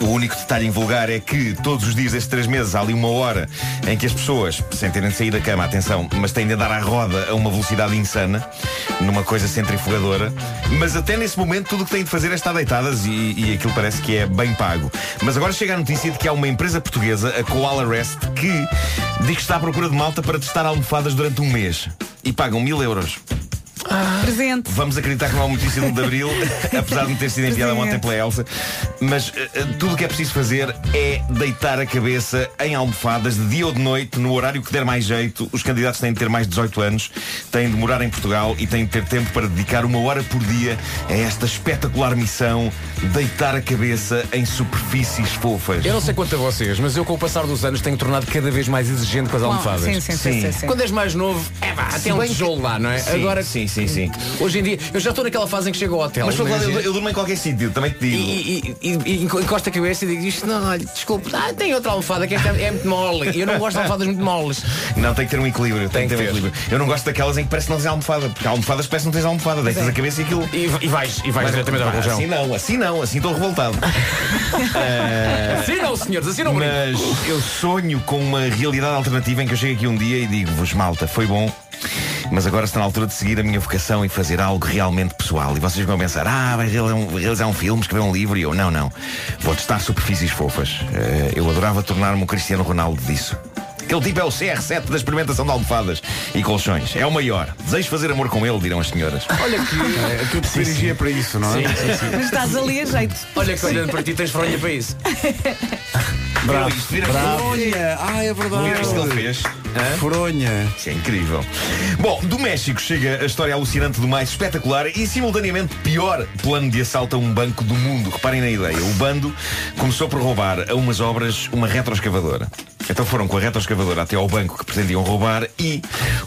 L: O único detalhe em vulgar é que todos os dias destes três meses há ali uma hora em que as pessoas, sem terem de sair da cama, atenção, mas têm de andar à roda a uma velocidade insana, numa coisa centrifugadora. Mas até nesse momento tudo o que têm de fazer é estar deitadas e, e aquilo parece que é bem pago. Mas agora chega a notícia de que há uma empresa portuguesa, a Koala Rest, que diz que está à procura de malta para testar almofadas durante um mês. E pagam mil euros.
C: Ah. Presente.
L: Vamos acreditar que não há uma notícia de 1 de Abril, apesar de não ter sido enviada ontem pela Elsa. Mas eh, eh, tudo o que é preciso fazer é deitar a cabeça em almofadas de dia ou de noite, no horário que der mais jeito. Os candidatos têm de ter mais de 18 anos, têm de morar em Portugal e têm de ter tempo para dedicar uma hora por dia a esta espetacular missão, deitar a cabeça em superfícies fofas.
E: Eu não sei quanto a vocês, mas eu com o passar dos anos tenho tornado cada vez mais exigente com as
L: Bom,
E: almofadas.
L: sim, sim, sim, Sim. sim, sim.
E: Quando és mais novo, é vá,
L: Se
E: até um
L: bem que-
E: tijolo lá, não é?
L: Sim,
E: Agora,
L: sim, sim, sim.
E: hoje em dia, eu já estou naquela fase em que chego ao hotel.
L: Mas por outro
E: né?
L: lado, eu, eu durmo em qualquer sítio, também te digo.
E: E, e, e encosta a cabeça e digo isto, não, olha, desculpe, ah, tem outra almofada que esta é muito mole. E eu não gosto de almofadas muito moles.
L: Não, tem que ter um equilíbrio, tem, que ter um equilíbrio. Eu não gosto daquelas em que parece que não tens almofada, porque há almofadas que parece que não tens almofada, deitas
E: Pois é.
L: a cabeça e aquilo.
E: E, e vais, e vais diretamente ao colchão.
L: Assim não, assim não, assim estou revoltado. Eh,
E: Assim não, senhores, assim não brinco.
L: Mas eu sonho com uma realidade alternativa em que eu chego aqui um dia e digo-vos, malta, foi bom. Mas agora está na altura de seguir a minha vocação e fazer algo realmente pessoal. E vocês vão pensar, ah, vai realizar um, realizar um filme, escrever um livro. E eu, não, não. Vou testar superfícies fofas. Eh, eu adorava tornar-me o Cristiano Ronaldo disso. Aquele tipo é o CR7 da experimentação de almofadas e colchões. É o maior. Desejo fazer amor com ele, dirão as senhoras.
A: Olha que tu te dirigia para isso, não é?
L: Sim, sim, sim.
C: Mas estás ali a jeito.
E: Olha que olhando para ti tens fronha para isso.
L: Bravo,
A: bravo. Olha, ah, é verdade.
L: Vira isto que ele fez.
A: Fronha.
L: Isso é incrível. Bom, do México chega a história alucinante do mais espetacular e simultaneamente pior plano de assalto a um banco do mundo. Reparem na ideia. O bando começou por roubar a umas obras uma retroescavadora. Então foram com a retroescavadora até ao banco que pretendiam roubar e,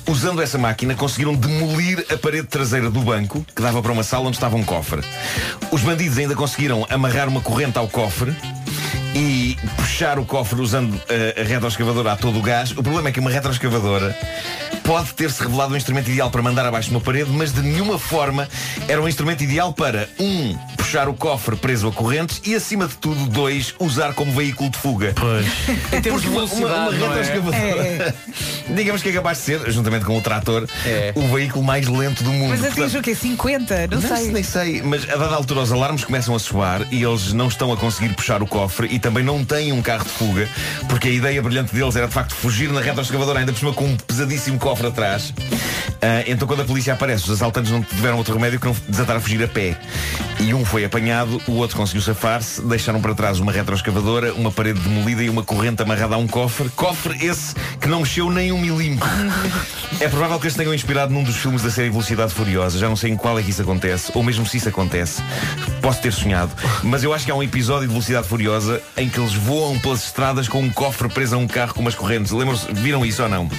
L: usando essa máquina, conseguiram demolir a parede traseira do banco, que dava para uma sala onde estava um cofre. Os bandidos ainda conseguiram amarrar uma corrente ao cofre e puxar o cofre usando eh, a retroescavadora a todo o gás. O problema é que uma retroescavadora pode ter-se revelado um instrumento ideal para mandar abaixo de uma parede, mas de nenhuma forma era um instrumento ideal para, um, puxar o cofre preso a correntes e, acima de tudo, dois, usar como veículo de fuga. Pois.
K: Em termos de
L: uma, uma, uma
K: velocidade, não é?
L: retroescavadora,
K: É.
L: digamos que é capaz de ser, juntamente com o trator, o veículo mais lento do mundo.
C: Mas
L: Portanto,
C: atinge o quê? 50? Não,
L: não
C: sei.
L: Nem sei, mas a dada altura os alarmes começam a soar e eles não estão a conseguir puxar o cofre e também não têm um carro de fuga, porque a ideia brilhante deles era de facto fugir na reta escavadora, ainda por cima com um pesadíssimo cofre atrás. Ah, então quando a polícia aparece, os assaltantes não tiveram outro remédio que não desatar a fugir a pé. E um foi apanhado, o outro conseguiu safar-se, deixaram para trás uma retroescavadora, uma parede demolida e uma corrente amarrada a um cofre. Cofre esse que não mexeu nem um milímetro. É provável que eles tenham inspirado num dos filmes da série Velocidade Furiosa. Já não sei em qual é que isso acontece, ou mesmo se isso acontece. Posso ter sonhado. Mas eu acho que há um episódio de Velocidade Furiosa em que eles voam pelas estradas com um cofre preso a um carro com umas correntes. Lembram-se? Viram isso ou não?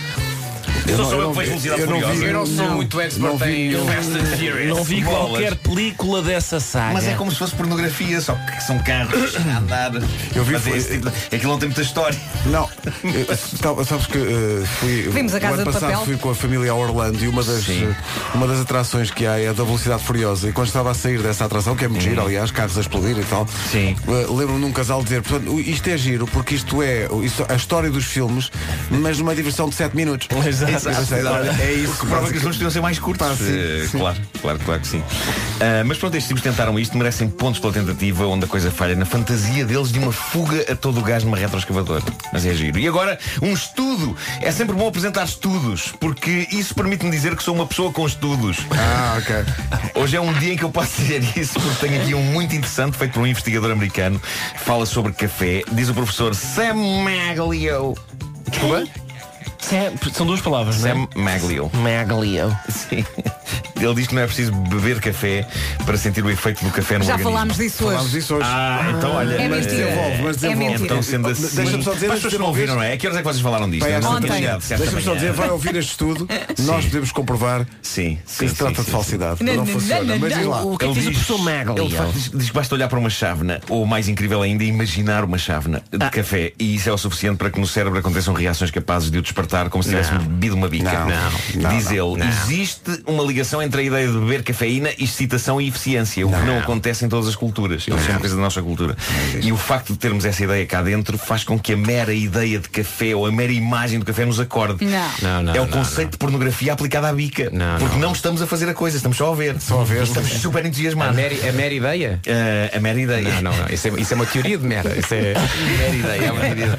E: Eu
L: Só
E: não-
L: sou
E: eu
L: eu
E: não
L: que vejo
E: vi.
L: Velocidade
E: Eu não vi.
L: Furiosa.
E: Eu não sou Não. muito expert Não vi. em-
L: Fast and Furious.
K: Não vi
L: Bolas.
K: qualquer película dessa saga.
L: Mas é como se fosse pornografia, só que são carros a andar. Eu vi Aquilo não tem muita história.
A: Não. Eh, sabe- Sabes que eh, fui,
C: Vimos a
A: o
C: Casa
A: ano
C: de
A: passado
C: Papel.
A: fui com a família a Orlando e uma das, eh, uma das atrações que há é a da Velocidade Furiosa. E quando estava a sair dessa atração, que é muito giro, aliás, carros a explodir e tal, eh, lembro-me de um casal dizer, portanto, o- isto é giro, porque isto é isto- a história dos filmes, mas numa diversão de 7 minutos.
L: Exato,
A: Eu pensei,
L: exato.
A: olha, é isso.
L: que prova que os filmes deviam ser mais curtos.
A: Pá, sim,
L: Eh,
A: sim.
L: Claro, claro, claro que sim. Ah, mas pronto, estes tipos tentaram isto, merecem pontos pela tentativa, onde a coisa falha na fantasia deles de uma fuga a todo o gás numa retroescavadora. Mas é giro. E agora, um estudo. É sempre bom apresentar estudos, porque isso permite-me dizer que sou uma pessoa com estudos.
A: Ah, ok.
L: Hoje é um dia em que eu posso dizer isso, porque tenho aqui um muito interessante feito por um investigador americano. Fala sobre café. Diz o professor Sam Maglio. Desculpa? são duas
K: é?
L: palavras, Sam Maglio. Maglio. Sim. Ele diz que não é preciso beber café para sentir o efeito do café no
C: Já
L: organismo.
C: falámos disso hoje.
A: Falámos disso hoje.
L: Ah, então olha.
C: É
L: mas
C: mentira.
L: desenvolve, mas
C: É
L: desenvolve.
C: mentira.
L: Então sendo assim.
A: Deixa-me só dizer
L: Para
A: antes
L: as pessoas
A: de
L: que não ouviram,
A: ouvir-
L: não é? A que horas é que vocês falaram disto?
A: Bem,
L: Eu não
A: esta
L: tinha
A: manhã.
L: chegado, se é. esta
A: assim, Deixa-me só
L: manhã.
A: dizer, vai ouvir este estudo.
L: Sim.
A: Nós podemos comprovar
L: Sim,
A: que se trata de falsidade. Não, funciona. Mas diz lá.
L: Ele diz- é Ele de facto diz, diz que basta olhar para uma chávena, ou mais incrível ainda, imaginar uma chávena de café, e isso é o suficiente para que no cérebro aconteçam reações capazes de o despertar como se
A: Não.
L: tivesse bebido uma bica.
A: Não. Não,
L: diz
A: não,
L: ele,
A: não.
L: existe uma ligação entre a ideia de beber cafeína, excitação e eficiência, o que não acontece em todas as culturas. Isso é uma coisa da nossa cultura. E o facto de termos essa ideia cá dentro faz com que a mera ideia de café ou a mera imagem do café nos acorde.
C: Não.
E: Não, não,
L: é o
E: não,
L: conceito de pornografia aplicada à bica. porque não. estamos a fazer a coisa, estamos só a ver. Só a ver. Estamos super entusiasmados.
E: A mera, a mera ideia?
L: a mera ideia.
E: Não, não, não. Isso é, isso é uma teoria de mera. Isso é...
L: Mera ideia, é uma ideia.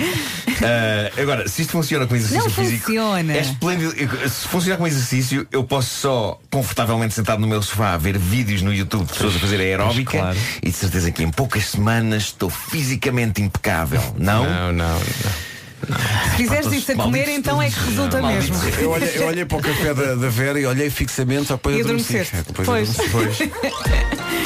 L: Ah, agora, se isto funciona com exercício
C: Não
L: físico.
C: funciona.
L: É esplêndido. Eu- Se funcionar com exercício, eu posso só confortavelmente sentado no meu sofá ver vídeos no YouTube de pessoas a fazer aeróbica e de certeza que em poucas semanas estou fisicamente impecável. Não? Não, não.
C: Se fizeres
L: todos
C: isto a
L: malditos
C: comer, então é que resulta mesmo.
A: Ah, Eu olhei, eu olhei para o café da, da Vera e olhei fixamente, só depois
C: E
A: adormeci.
C: adormeceste.
A: É, Depois
C: Pois.
A: adormeci. Pois.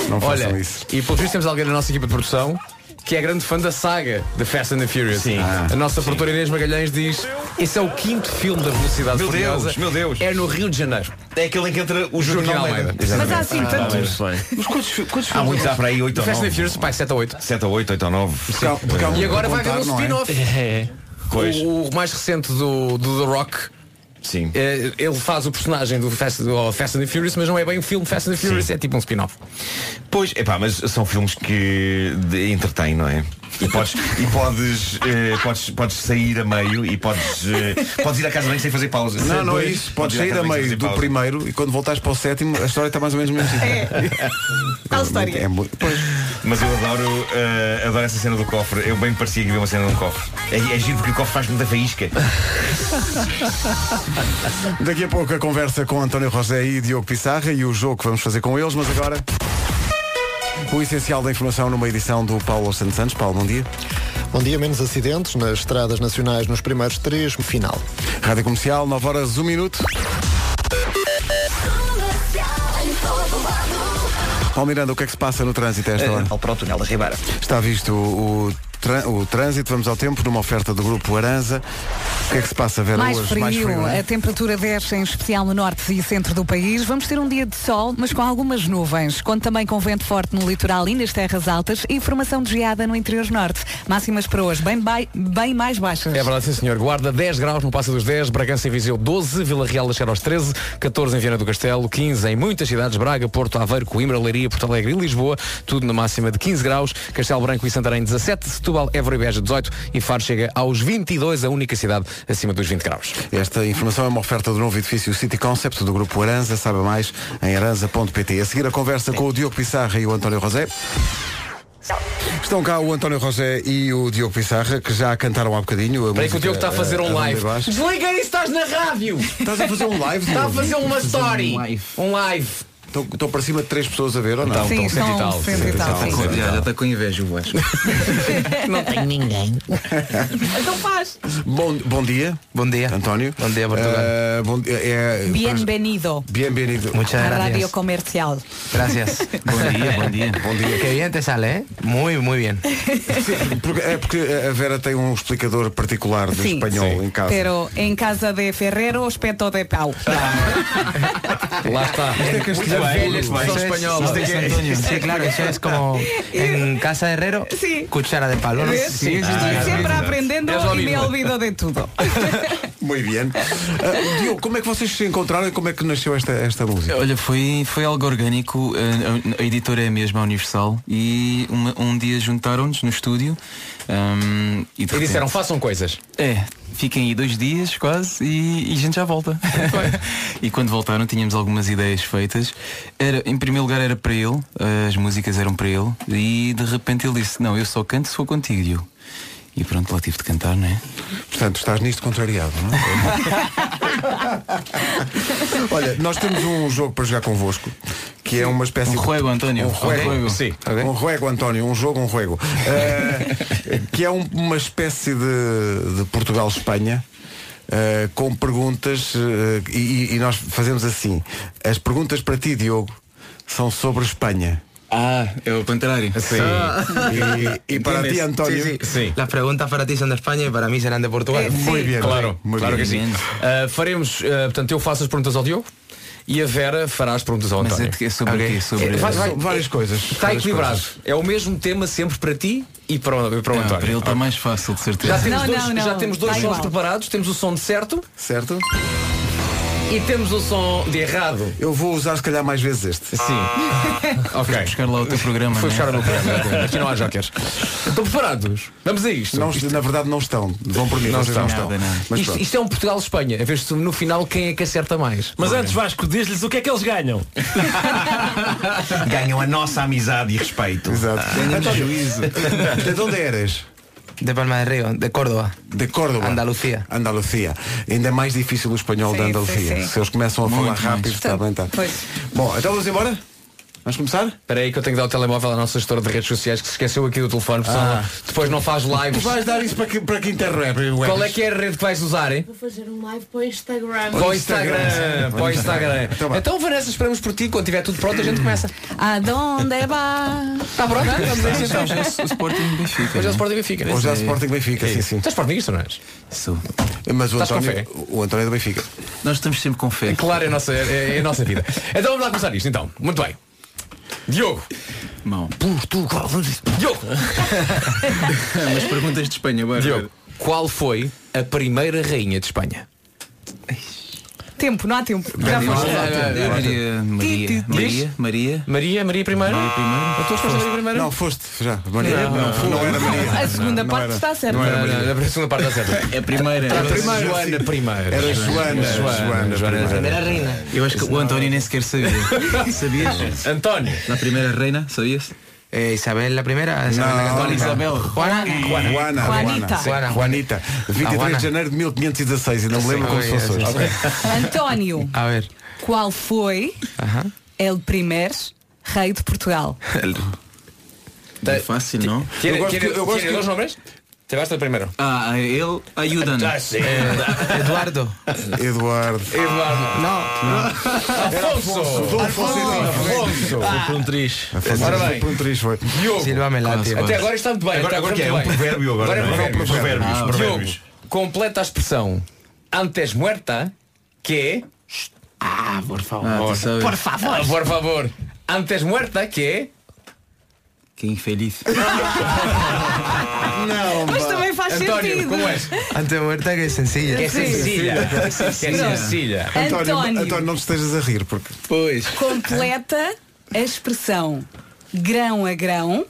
A: Não façam
E: Olha,
A: isso.
E: e pelo visto temos alguém na nossa equipa de produção que é grande fã da saga de Fast and the Furious. Sim. a nossa produtora Inês Magalhães diz esse é o quinto filme da Velocidade
L: Meu Deus,
E: Furiosa.
L: meu Deus.
E: É no Rio de Janeiro.
L: É aquele em que entra o Joaquim Almeida.
E: Exatamente. Ah,
L: Mas há assim tantos.
E: Mas quantos, quantos
L: Há muitos, há para aí 8 ou 9.
E: Fast and the Furious, pai, 7 ou 8.
L: 7 ou É. 8, 8 ou 9.
E: e agora vai haver um spin-off.
L: Pois.
E: O, o mais recente do, do The Rock. É,
L: Sim.
E: ele faz o personagem do Fast, do Fast and the Furious, mas não é bem um filme Fast and the Furious, é tipo um spin-off.
L: Pois, epá, mas são filmes que de- entretêm, não é? E podes, e podes, eh, podes, podes sair a meio e podes, eh, podes ir à casa bem sem fazer pausa.
A: Não, não é
L: Pois,
A: isso. Podes
L: ir à
A: sair
L: casa
A: a
L: bem sem
A: meio
L: fazer
A: do
L: pausa.
A: primeiro e quando voltares para o sétimo a história está mais ou menos mesmo.
C: É.
L: Tal história.
A: É muito- pois.
L: Mas eu adoro, eh, adoro essa cena do cofre. Eu bem me parecia que havia uma cena de um cofre. É, é giro porque o cofre faz muita faísca.
A: Daqui a pouco a conversa com António Rosé e Diogo Pissarra e o jogo que vamos fazer com eles, mas agora o essencial da informação numa edição Então, do Paulo Santos Santos. Paulo, bom dia.
M: Bom dia, menos acidentes nas estradas nacionais nos primeiros três final.
A: Rádio Comercial, 9 horas, 1 minuto. Paulo Miranda, o que é que se passa no trânsito a esta hora?
G: Eh, Para o túnel da Ribeira.
A: Está visto o trân- o trânsito, vamos ao tempo, numa oferta do grupo Aranza. O que é que se passa, Vera,
C: mais
A: hoje?
C: frio,
A: mais frio, não é?
C: a temperatura desce em especial no norte e centro do país. Vamos ter um dia de sol, mas com algumas nuvens. Conto também com vento forte no litoral e nas terras altas e formação de geada no interior norte. Máximas para hoje bem, bai- bem mais baixas.
E: É verdade, sim senhor. Guarda 10 graus, não passa dos 10. Bragança e Viseu 12, Vila Real chegar aos 13, 14 em Viana do Castelo, 15 em muitas cidades, Braga, Porto, Aveiro, Coimbra, Leiria, Porto Alegre e Lisboa, tudo na máxima de 15 graus. Castelo Branco e Santarém 17, Setúbal, Évora e Beja 18 e Faro chega aos 22, a única cidade acima dos 20 graus.
A: Esta informação é uma oferta do novo edifício City Concept do Grupo Aranza. Saiba mais em aranza.pt. A seguir a conversa com o Diogo Pissarra e o António Rosé. Estão cá o António Rosé e o Diogo Pissarra, que já cantaram há bocadinho. a
E: Espera aí que
A: música,
E: o Diogo está a fazer um
A: Ronda
E: live.
A: Abaixo.
E: Desliga isso, estás na rádio! Estás
A: a fazer um live,
E: Está a
A: Diogo?
E: fazer uma story!
A: Um
E: Um live!
A: Estão, estão para cima de três pessoas a ver ou não?
E: Então, Sim, estão cento e estão tal. cento e
A: Cento
E: tal, sim.
A: cento e
B: Já está com inveja, eu acho.
E: Não tenho ninguém.
P: Então faz.
A: Bom, bom dia. Bom dia. António. Bom dia, Portugal. bom, dia, é,
P: Bienvenido
A: Bienvenido.
P: a Radio Comercial.
Q: Gracias.
A: Bom dia, bom dia. Bom dia.
Q: Qué bien te sale, ¿eh? Muy, muy bien.
A: Porque- é porque a Vera tem um explicador particular de
P: Sim.
A: espanhol em casa.
P: Pero en casa de Ferrero, espeto de pau.
E: Lá está.
A: Isto é castelhano puro.
Q: Eso es- eso es Antonio. Sí, claro, eso es como en casa de Herrero, cuchara de
C: É
Q: palo. ¿no?
P: ¿Ves?
Q: é
P: Estoy siempre aprendiendo
Q: Es lo
P: y me
Q: mismo.
P: olvido de todo.
A: Muito bem. Ah, Diogo, como é que vocês se encontraram e como é que nasceu esta, esta música?
R: Olha, foi, foi algo orgânico, a, a- a editora é a mesma, a Universal, e uma- um dia juntaram-nos no estúdio hum, e, de
E: E disseram,
R: repente-
E: façam coisas.
R: É, fiquem aí dois dias quase e, e a gente já volta. e quando voltaram tínhamos algumas ideias feitas. Era, em primeiro lugar era para ele, eh, as músicas eram para ele e de repente ele disse, não, eu só canto se for contigo. E eu, E pronto, lá tive de cantar, não é?
A: Portanto, estás nisto contrariado, não é? Olha, nós temos um jogo para jogar convosco que é uma espécie um
R: juego, António.
A: um
R: Um
A: juego,
R: juego.
A: Sim. um juego, António, um jogo, um juego, Eh, que é um- uma espécie de, de Portugal-Espanha eh, com perguntas eh, e, e nós fazemos assim: as perguntas para ti, Diogo, são sobre Espanha.
R: Ah, é
A: eh,
R: o contrário.
A: Sim. Y- y para ti, Antonio.
Q: Sí, sí. Las preguntas para ti son de España y para mí serán de Portugal.
E: Muito Claro, claro que sim. Ah, faremos, ah, portanto, eu faço as perguntas ao Diogo e a Vera fará as perguntas ao
R: Mas
E: António.
R: é de quê? Sobre
E: Ok.
R: o quê? Sobre-
E: É, vai- vai-
R: Sobre várias
E: é-
R: coisas.
E: Está
R: Várias
E: equilibrado.
R: coisas.
E: É o mesmo tema sempre para ti e para o, para o
R: Ah,
E: António.
R: para ele está mais fácil, de certeza.
E: Já temos dois, já temos dois
R: Está
E: sons
R: igual.
E: preparados, temos o som de certo.
A: Certo.
E: E temos o som de errado.
A: Eu vou usar se calhar mais vezes este. Ah.
E: Sim. ok.
R: buscar lá o teu programa.
E: Foi
R: né?
E: buscar o meu programa. Aqui não há jokers. Estão preparados? Vamos a isto.
A: Não- na verdade não estão. Vão por mim,
E: Não
A: vocês não
E: estão.
A: estão. Mas
E: Isto,
A: pronto.
E: isto é um Portugal-Espanha. A ver se no final quem é que acerta mais.
K: Mas antes, Vasco, diz-lhes o que é que eles ganham.
L: Ganham a nossa amizade e respeito. Exato.
Q: António,
A: ¿De onde eres?
Q: De Palma de Río, de Córdoba.
A: De Córdoba.
Q: Andalucía.
A: Andalucía. Ainda é mais difícil o espanhol
Q: Sim,
A: da Andalucia.
Q: sim, sim.
A: Se eles começam a
Q: Muito
A: falar
Q: mais.
A: rápido, está bem, está. Bom, então vamos embora? Vamos começar?
E: Espera aí que eu tenho que dar o telemóvel à nossa gestora de redes sociais que se esqueceu aqui do telefone, porque
A: Ah.
E: senão depois não faz lives.
A: Vais dar isso para que, para que eh, interrompe?
E: Qual é que é a rede que vais usar, hein?
P: Vou fazer um live para o Instagram.
E: Para o Instagram, para o Instagram. Então, Vanessa, esperamos por ti. Quando tiver tudo pronto, a gente começa.
P: Aonde va?
E: Está pronto? Vamos a isso então.
R: Hoje é o Sporting
E: Hoje
R: Benfica.
E: é o
R: né?
E: Sporting Benfica.
A: Hoje é o Sporting Benfica, sim, sim.
E: Tu és Sportingista, não és?
R: Sou.
A: Mas o
E: Estás com
A: António, o António é do Benfica.
R: Nós estamos sempre com fé.
E: Claro, é a nossa, é, é a nossa vida. Então vamos lá começar isto, então. Muito bem. Diogo.
R: Mão.
E: Portugal. Diogo.
R: Mas perguntas de Espanha, bora.
E: Diogo, qual foi a primeira rainha de Espanha?
P: Tempo, não há tempo. Já
R: Bem,
P: foste.
R: Eu diria
P: Ti, ti, ti.
R: Maria. Maria. Maria.
E: Maria, Maria primeira.
R: Maria primeira.
E: A tua resposta é Maria primeira?
A: Não, foste já. Maria. Não, não, era Maria.
P: A segunda
A: Não, não
P: parte
A: era.
P: está certa.
A: Não era
E: Não,
A: Maria.
E: não, a segunda parte está certa.
R: É a primeira.
E: Era Joana primeiro.
A: Era Joana. Joana,
E: Joana, Joana.
A: primeira.
R: Eu acho que o António nem sequer sabia. Sabias?
E: António.
R: Na primeira reina, sabias?
Q: Eh, Isabel la primera. Isabel la
R: António
Q: católica.
R: Isabel.
Q: Juana.
A: Juana. Juana.
P: Juanita.
A: Sim, Juanita. 23
Q: Juana.
A: de janeiro de 1516. Ainda me lembro como se fosse hoje.
P: António,
Q: A ver.
P: qual foi el primer rei de Portugal?
R: É Fácil, não?
A: Eu gosto que- eu gosto que-
E: nomes? Te basta primeiro.
R: Ah, ele ajuda-nos.
E: Ah, sim.
R: Eh, Eduardo. Ah,
A: Eduardo.
E: Eduardo.
R: Não.
E: Afonso!
A: Afonso.
E: Afonso! Foi por um
Q: Ah,
E: triz. Ora bem.
A: Por um triz, foi.
E: Diogo.
Q: Silva Melati.
E: Até agora Este, está muito bem.
L: Agora-
E: está
L: agora
E: muito
L: que é?
E: bem.
L: É um provérbio agora, não é?
E: Agora é um provérbio.
L: Provérbios,
E: Ah,
L: provérbios.
E: Diogo, completa a expressão antes muerta que... Ah, por favor.
R: Ah, tu sabes.
E: por favor. Ah, por favor. Antes muerta que... é
R: Que infeliz.
A: Não,
C: Mas também faz
E: António,
C: sentido.
E: como és?
Q: Ante muerta que é sencilla.
E: Que é sencilla. Que é
Q: Não.
E: sencilla.
A: António,
C: António.
A: António, não te estejas a rir, porque.
E: Pois.
C: Completa a expressão grão a grão,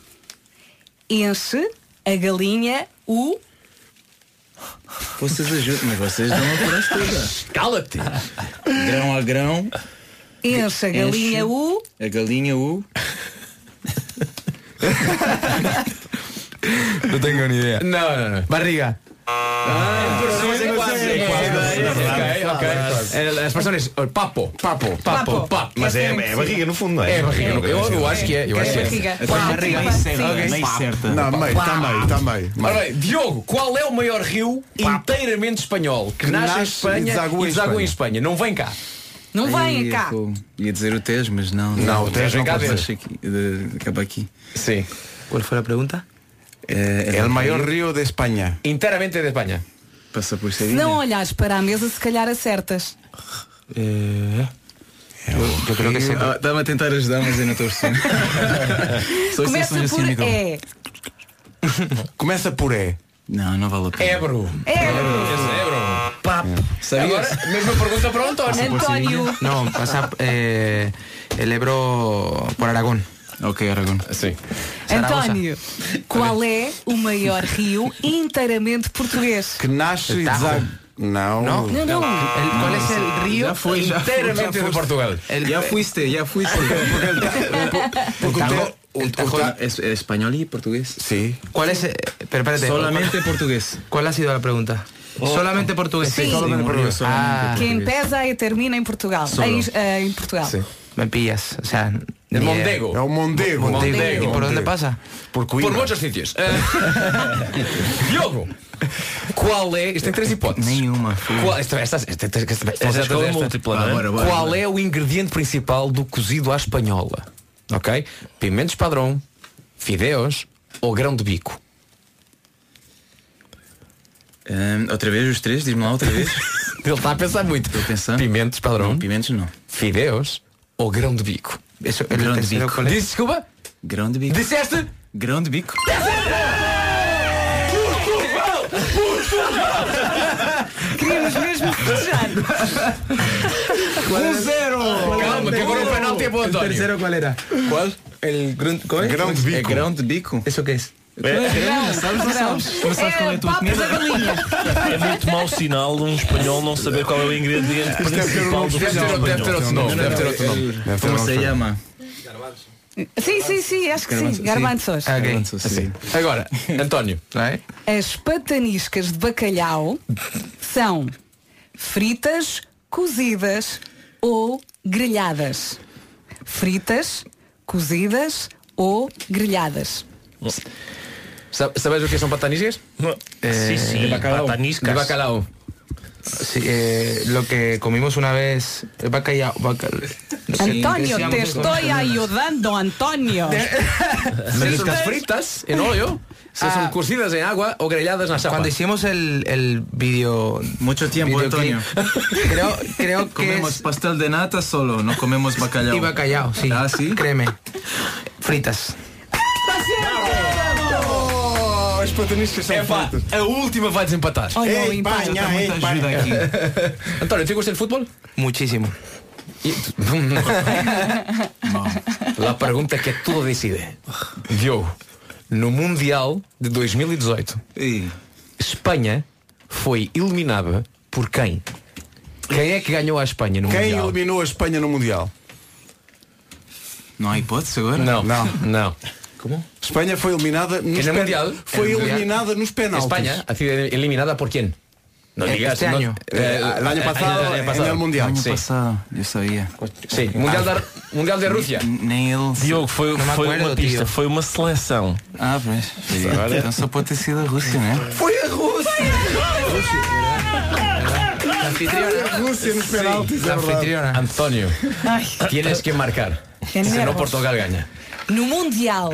C: enche a galinha o.
R: Vocês ajudam-me, vocês dão a por toda.
E: Cala-te.
R: Grão a grão,
C: Enche a galinha
R: Enche.
C: o.
R: a galinha o...
Q: No tengo ni idea.
E: No, no, no.
Q: Barriga.
D: Ah,
E: As expressões papo, papo, papo, papo.
L: Mas é, é barriga no fundo, não é?
E: É barriga,
L: Eu
E: eu,
L: nunca
E: eu,
L: pensei
E: acho que é. Eu
L: É
E: acho que é.
L: barriga.
E: Essa
L: Pá,
E: barriga.
L: meio certa,
E: Ok.
L: meio
E: Pá.
L: certa.
A: Não, meio, tá meio, tá meio.
E: Ora bem, Diogo, qual é o maior rio inteiramente espanhol que
A: Que
E: nasce em
A: nasce
E: Espanha
A: e desagua em
E: e desagua em Espanha? Não vem cá.
C: Não
R: Ai,
C: venha cá.
R: eu Ia dizer o Tejo, mas não.
E: Não, o Tejo não
R: Acaba
E: pode
R: aqui, de- Acaba aqui.
E: Sim.
Q: Qual foi a pergunta?
R: É,
A: El maior rio de Espanha.
E: Inteiramente de Espanha.
R: Passa por
C: Se
R: Sevilha.
C: não olhares para a mesa, se calhar acertas.
R: É. eu, eu creo que é sempre. Estava Ah, a tentar ajudar, mas eu não estou percebendo. Só
C: Começa
R: exceções
C: por
R: assim, Nicole.
C: é.
A: Começa por E.
R: Não, não vale a pena.
E: Ebro.
C: É.
E: Esse Ebro. Papo.
R: Sabias?
E: Agora, mesma pergunta para o António.
C: António.
Q: No, pasa eh, el Ebro por Aragón.
R: Ok, Aragão.
E: Sim.
Q: Zaragoza.
C: António, qual é o maior rio inteiramente português?
A: Que nasce e
Q: Tajo.
A: desagua. Não. Ah,
Q: No,
C: No, no.
Q: El- ¿Cuál
R: é
Q: es el río
R: Ya fue, ya fue,
Q: enteramente
R: ya fue.
Q: de Portugal?
R: El- Ya fuiste, ya fuiste.
A: Porque o
R: Tajo-
A: te-
R: el Tajo es, es español y portugués.
A: Sim.
Q: ¿Cuál es? eh, Pero espérate.
R: Solamente portugués.
Q: ¿Cuál ha sido la pregunta? Solamente portugués.
C: Sí. Solamente
R: murió
A: portugués.
R: solamente
Q: Ah.
C: Quem pesa e termina em Portugal.
R: Solo.
C: Em, eh, em Portugal.
Q: Sí. Me pillas. O sea.
E: El
Q: ni-
E: Mondego.
A: É o Mondego.
Q: Mondego.
E: Mondego.
Q: ¿Y por dónde pasa?
A: Por
E: Por
A: Coimbra.
E: muitos sítios. Ah, Diogo, qual é. Isto tem três hipóteses.
R: Nenhuma. fui.
E: Qual, esta, esta, esta, esta, esta, esta,
K: Esta
E: esta,
K: escola múltipla, não é?
R: Bora, bora,
E: Qual
R: bora.
E: é o ingrediente principal do cozido à espanhola? Ok? Pimentos padrão, fideos ou grão de bico?
R: Ahm, Hum, outra vez os três, diz-me lá outra vez.
E: Ele está a pensar muito.
R: Estou a pensar.
E: Pimentos padrão,
R: Não, pimentos não.
E: fideos ou grão de bico?
Q: Eso, el
R: Grande
Q: tercero,
R: Vico.
Q: ¿cuál es?
E: Diz desculpa?
R: Grão de bico.
E: Disseste?
R: Grão de bico.
C: Queríamos mesmo festejar.
E: Calma, que agora o penalti é bom,
Q: Um ¿El
E: António.
Q: tercero cuál era? ¿Cuál? El grun- ¿cuál es?
A: Grão de
R: É
A: bico.
R: grão de bico.
Q: ¿Eso qué es?
E: Eh,
C: Não, não. É papo da galinha.
K: É muito mau sinal um espanhol não saber qual é o ingrediente
A: Isto deve ter
K: principal
A: um nome
K: do
E: Deve ter,
K: feijão
E: deve ter
K: espanhol.
E: outro nome. Deve ter outro nome.
A: Deve ter
R: Como
A: um
R: se
A: nome.
R: chama?
C: Sim, sim, sim, acho que sim. Garbanzos.
Q: Ah, ok.
R: Garbanzo, sim.
E: Assim. Agora, António. é?
Q: Right.
C: As pataniscas de bacalhau são fritas, cozidas ou grelhadas. Fritas, cozidas ou grelhadas.
E: Sab- Sabes o que são pataniscas?
Q: Eh,
K: Sim, sim.
E: De
K: Pataniscas.
E: bacalhau.
Q: Sí, eh, lo que comimos una vez. eh, Bacallao. bacallao.
C: António, te
Q: decíamos-
C: estou ajudando, António.
E: Mariscas fritas en óleo se
C: Ah.
E: son cocidas en agua o grelladas en la chapa.
Q: Cuando hicimos el, el video.
R: Mucho tiempo,
Q: videoclip,
R: Antonio.
Q: Creo, creo que
R: Comemos
Q: es.
R: pastel de nata solo, no comemos bacalhau.
Q: Y bacallao, sí.
R: Ah, sí.
Q: Créeme. Fritas.
A: Oh, as pataniscas são
E: É pá,
A: fortes.
E: a última vai desempatar.
C: Olha o
A: Ei,
C: empate.
A: Espanha, ei,
R: Muita ajuda
A: Espanha.
R: aqui.
E: António, ¿te gusta el fútbol?
Q: Muchísimo.
C: É
E: La pregunta que todo decide. Diogo, no Mundial de 2018,
R: Ih,
E: Espanha foi eliminada por quem? Quem é que ganhou a Espanha no
A: Quem
E: Mundial?
A: eliminou a Espanha no Mundial?
R: Não há hipótese agora?
E: Não,
A: Não.
E: não, não.
A: Espanha foi eliminada nos
E: É no
A: pen-
E: Mundial.
A: Foi
E: É no Mundial.
A: eliminada nos penaltis.
E: Espanha ha sido eliminada por quem? No
R: Este
E: digas,
R: año.
E: no- eh, el año pasado,
R: Ah,
E: en el Mundial,
R: Año
E: sí.
R: pasado, yo sabía.
E: Sí, Mundial da- Mundial de Rusia.
R: Nem ele.
K: Diogo, foi,
R: Não me
K: foi
R: acuerdo,
K: uma pista,
R: tio.
K: foi uma seleção.
R: Ah, pois.
K: Agora-
R: Então só pode ter sido a Rússia, não é?
D: Foi a Rússia!
A: A Rússia nos penaltis, é verdade.
E: António,
C: Ai.
E: tienes que marcar.
C: Que
E: Si no,
C: nervos.
E: Portugal ganha.
C: No Mundial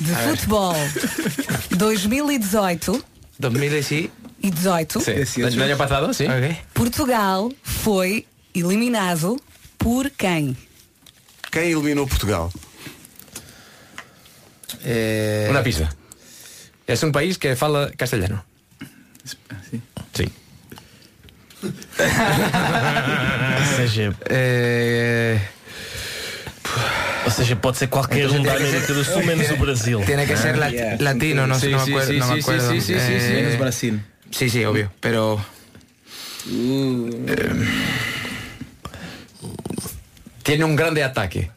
C: de
E: A
A: Ah, é.
E: ver.
C: Futebol 2018
E: 2018.
C: e 18,
E: Sí.
A: é
E: ¿El año pasado? Sí.
C: Portugal foi eliminado por quem?
A: Quem eliminou Portugal?
E: Eh, Una pista. Es un país que fala castellano. Sí.
K: Ah, seja,
R: É.
K: Ou seja, pode ser qualquer
R: Entonces
K: um da
R: tiene que
K: América
R: ser-
K: do Sul, menos o Brasil.
R: Tiene que ser lat- latino, no, sé, no me acuerdo. no me acuerdo. Eh, Sí, sí, obvio. Pero. Uh.
E: Tiene un grande ataque.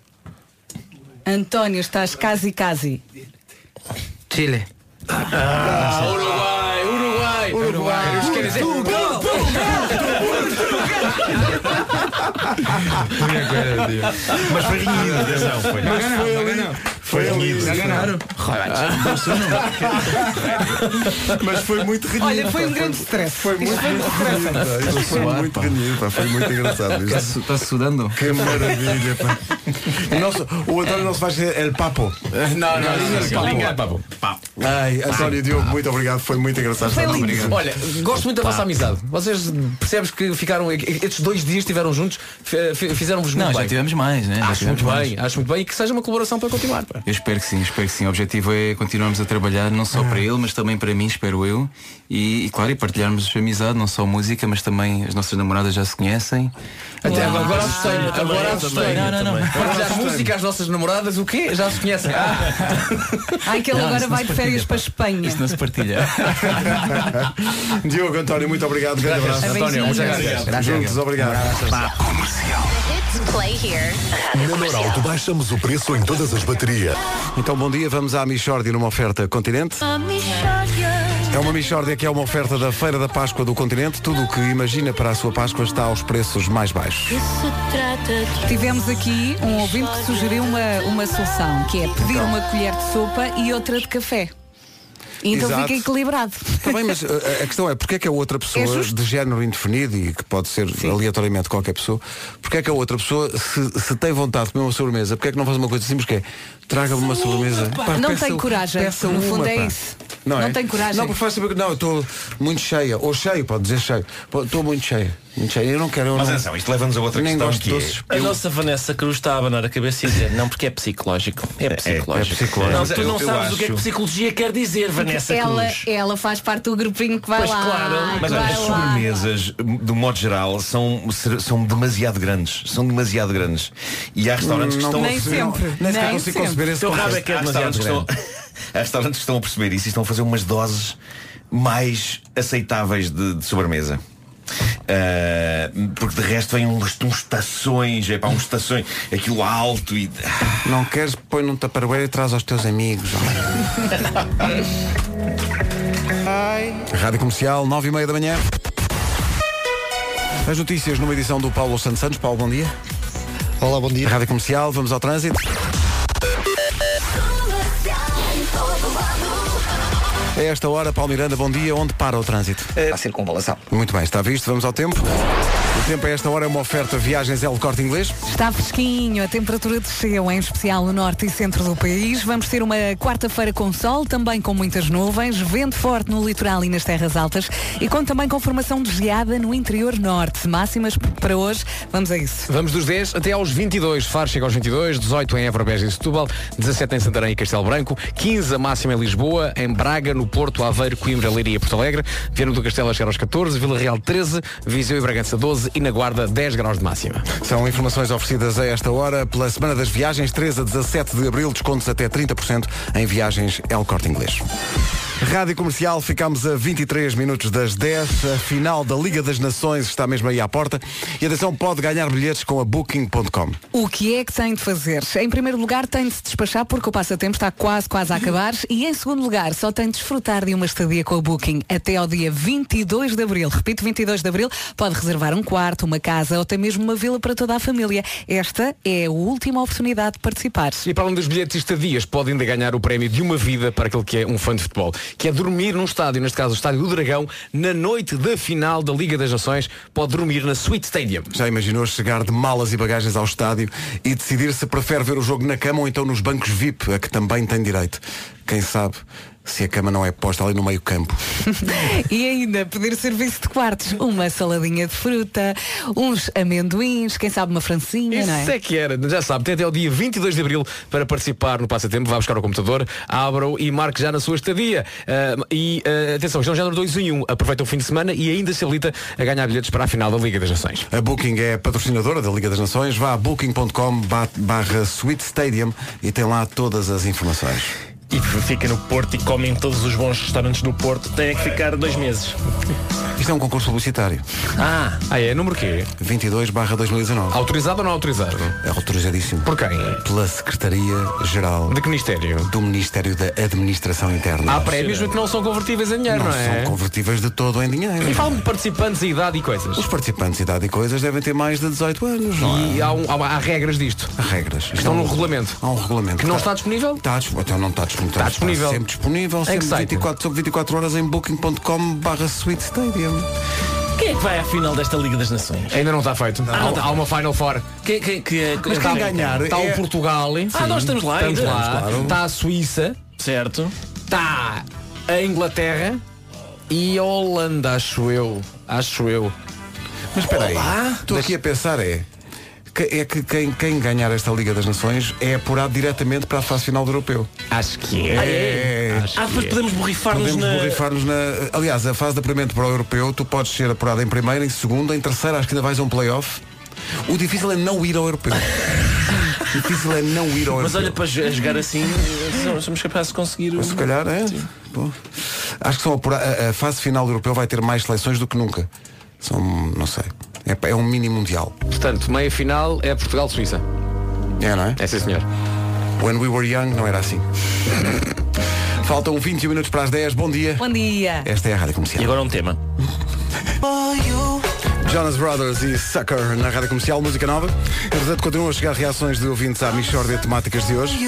C: António, estás quase quase.
E: Chile. Uruguai, Uruguai, Uruguai. Os queres dizer-
D: Mas foi
L: renhido, atenção, foi.
D: Mas foi
L: Foi ali.
D: Claro.
A: Mas foi muito renhido.
D: Olha, foi um
A: grande
C: stress.
A: Foi muito,
D: Isso foi um
A: muito
D: stress.
A: renhido. pá. Isto Foi muito renhido, pá. Foi muito engraçado. isto.
R: Está sudando.
A: Que maravilha, pá. O, nosso- o António não se faz dizer El Papo.
E: Não, não, não,
A: El
E: não, é não.
A: Papo. Ai, António e Diogo, muito obrigado. Foi muito engraçado.
E: Foi
A: Muito obrigado.
E: lindo. Olha, gosto muito da vossa amizade. Vocês percebes que ficaram. Estes dois dias estiveram juntos, fi- fi- fizeram-vos muito
R: Não,
E: bem.
R: já tivemos mais, né? Já
E: Acho
R: tivemos
E: muito
R: mais.
E: bem, acho muito bem e que seja uma colaboração para continuar. pá.
R: Eu espero que sim, espero que sim. O objetivo é continuarmos a trabalhar, não só para ele, mas também para mim, espero eu. E, e, claro, e partilharmos amizade, não só música, mas também as nossas namoradas já se conhecem.
E: Até
R: Uau.
E: agora assustei-me,
R: Eu também,
E: agora
R: eu
E: assustei-me.
R: também, eu também.
E: Partilhar música às nossas namoradas, o quê? Já se conhecem. Ah,
C: Ai, que ele
E: Não,
C: agora
E: isso não
C: vai
E: se
C: de férias
E: partilha,
C: para a Espanha.
R: Isso não se partilha.
A: Diogo, António, muito obrigado. Grande
E: Graças,
A: abraço.
E: António, muchas gracias.
A: Obrigado. Juntos, obrigado.
D: Let's play here.
S: Na Norauto baixamos o preço em todas as baterias.
A: Então, bom dia. Vamos à Michordi numa oferta Continente. É uma Michórdia que é uma oferta da Feira da Páscoa do Continente. Tudo o que imagina para a sua Páscoa está aos preços mais baixos.
C: Tivemos aqui um ouvinte que sugeriu uma, uma solução, que é pedir
A: Então.
C: uma colher de sopa e outra de café. E então
A: Exato.
C: fica equilibrado.
A: Está bem, mas uh, a, a questão é porque é que a outra pessoa de género indefinido e que pode ser aleatoriamente qualquer pessoa, porque é que a outra pessoa, se, se tem vontade de comer uma sobremesa, porque é que não faz uma coisa simples que é traga-me uma sobremesa? Pá,
C: não
A: peça-
C: tem coragem.
A: peça
C: no
A: uma,
C: fundo é
A: pá.
C: isso.
A: Não, é?
C: tem coragem.
A: Não, porque faz saber que não, eu estou muito cheia. Ou cheio, pode dizer cheio. Pô, Estou muito cheia. Muito cheia. Eu não quero. Eu
L: Mas
A: não,
L: atenção, isto leva-nos a outra
A: nem
L: questão
A: gosto
L: que
A: de doces.
L: é...
K: A nossa Vanessa Cruz está a abanar a cabeça e dizer Não, porque é psicológico É psicológico,
L: psicológico.
K: Não, tu
L: Eu-
K: não
L: eu
K: sabes o
L: acho-
K: que é que psicologia quer dizer, Vanessa
C: ela,
K: Cruz
C: ela faz parte do grupinho que vai
K: Pois
C: lá.
K: claro,
C: que
L: Mas olha,
C: vai
L: as
C: lá.
L: sobremesas, do modo geral, são, são demasiado grandes. São demasiado grandes. E há restaurantes que
A: Não
L: estão a
A: Hum, nem
L: perceber.
A: sempre, nem sequer consigo conceber esse
L: Há
A: conceito.
L: restaurantes que estão- Há restaurantes que estão a perceber isso e estão a fazer umas doses mais aceitáveis de, de sobremesa. Ah, porque de resto vem uns, uns tações, é pá, uns tações, aquilo alto e.
A: Não queres, põe num taparware e traz aos teus amigos. Rádio Comercial, 9 e meia da manhã. As notícias numa edição do Paulo Santos Santos. Paulo, bom dia.
T: Olá, bom dia.
A: Rádio Comercial, vamos ao trânsito. A esta hora, Paulo Miranda, bom dia. Onde para o trânsito?
G: Eh, A circunvalação.
A: Muito bem, está visto. Vamos ao tempo. O tempo a esta hora é uma oferta Viagens L Corte Inglês.
C: Está fresquinho, a temperatura desceu, em especial no norte e centro do país. Vamos ter uma quarta-feira com sol, também com muitas nuvens, vento forte no litoral e nas terras altas e com também com formação de geada no interior norte. Máximas p- para hoje, vamos a isso.
E: Vamos dos 10 até aos 22. Faro chega aos 22, 18 em Évora, Beja e Setúbal, 17 em Santarém e Castelo Branco, 15 a máxima em Lisboa, em Braga, no Porto, Aveiro, Coimbra, Leiria e Porto Alegre, Viana do Castelo a chegar aos 14, Vila Real 13, Viseu e Bragança 12 e na Guarda 10 graus de máxima.
A: São informações oferecidas a esta hora pela Semana das Viagens, 13 a 17 de Abril, descontos até 30% em viagens L Corte Inglês. Rádio Comercial, ficamos a 23 minutos das 10. A final da Liga das Nações está mesmo aí à porta. E atenção, pode ganhar bilhetes com a Booking.com.
C: O que é que tem de fazer? Em primeiro lugar, tem de se despachar porque o passatempo está quase, quase a acabar. E em segundo lugar, só tem de desfrutar de uma estadia com a Booking até ao dia 22 de abril. Repito, 22 de abril, pode reservar um quarto, uma casa ou até mesmo uma vila para toda a família. Esta é a última oportunidade de participar.
E: E para além dos bilhetes e estadias, pode ainda ganhar o prémio de uma vida para aquele que é um fã de futebol, que é dormir num estádio, neste caso o Estádio do Dragão, na noite da final da Liga das Nações, pode dormir na Sweet Stadium.
A: Já imaginou chegar de malas e bagagens ao estádio e decidir se prefere ver o jogo na cama ou então nos bancos VIP, a que também tem direito? Quem sabe se a cama não é posta ali no meio campo.
C: e ainda pedir serviço de quartos, uma saladinha de fruta, uns amendoins, quem sabe uma francinha,
E: Isso
C: não
E: é? que era, já sabe, tem até o dia 22 de Abril para participar no Passatempo, vá buscar o computador, abra-o e marque já na sua estadia. Ah, e ah, atenção, estão já no 2 em 1, aproveita o fim de semana e ainda se habilita a ganhar bilhetes para a final da Liga das Nações.
A: A Booking é patrocinadora da Liga das Nações. Vá a booking.com ba- barra Sweet Stadium e tem lá todas as informações.
K: E fica no Porto e come em todos os bons restaurantes do Porto, tem que ficar dois meses.
A: Isto é um concurso publicitário.
E: Ah, ah é número quê?
A: 22 barra 2019.
E: Autorizado ou não autorizado?
A: É autorizadíssimo.
E: Por quem?
A: Pela Secretaria-Geral.
E: De que Ministério?
A: Do Ministério da Administração Interna.
E: Há prémios que não são convertíveis em dinheiro,
A: Não
E: não,
A: são
E: é?
A: convertíveis de todo em dinheiro.
E: E falam de participantes e idade e coisas.
A: Os participantes, idade e coisas devem ter mais de 18 anos. é?
E: E há, um- há- há regras disto.
A: Há regras.
E: Estão
A: Isto é
E: no
A: um-
E: regulamento.
A: Há um regulamento.
E: Que não está disponível?
A: Está, dis- então não está disponível.
E: Está Tá disponível.
A: sempre disponível.
E: Em
A: Sempre
E: que site?
A: 24 sobre 24 horas em booking.com barra Sweet Stadium.
K: Quem é que vai à final desta Liga das Nações?
E: Ainda não está feito.
K: Ah, não
E: há,
K: está.
E: há uma Final Four.
K: Que, que, que,
E: Mas quem ganhar
K: Está
E: é-
K: o Portugal.
E: Sim,
K: ah, nós estamos lá.
E: Estamos
K: ainda.
E: lá.
K: Claro.
E: Está a Suíça.
K: Certo.
E: Está a Inglaterra e a Holanda, acho eu. Acho eu.
A: Mas espera aí. Estou aqui a pensar é. que- É que quem, quem ganhar esta Liga das Nações é apurado diretamente para a fase final do europeu.
E: Acho que
K: é. Ah, é? Acho Ah, que depois é. podemos borrifar-nos
A: Podemos
K: na-
A: borrifar-nos na. Aliás, a fase de apuramento para o europeu, tu podes ser apurado em primeira, em segunda, em terceira, acho que ainda vais a um playoff. O difícil é não ir ao europeu. o difícil é não ir ao europeu.
K: Mas olha, para jo- jogar assim, eh, somos capazes de conseguir o.
A: Se calhar é. Bom, acho que são apura- a, a fase final do europeu vai ter mais seleções do que nunca. São, não sei. É, é um mini mundial.
E: Portanto, meia final é Portugal-Suíça.
A: É, não é?
E: É sim senhor.
A: When we were young não era assim. Faltam 21 minutos para as 10. Bom dia.
C: é? Bom dia.
A: Esta é a Rádio Comercial. E
K: agora um tema.
A: Jonas Brothers e Sucker na Rádio Comercial, música nova. Entretanto, continuam a chegar reações de ouvintes à Michórdia de temáticas de hoje.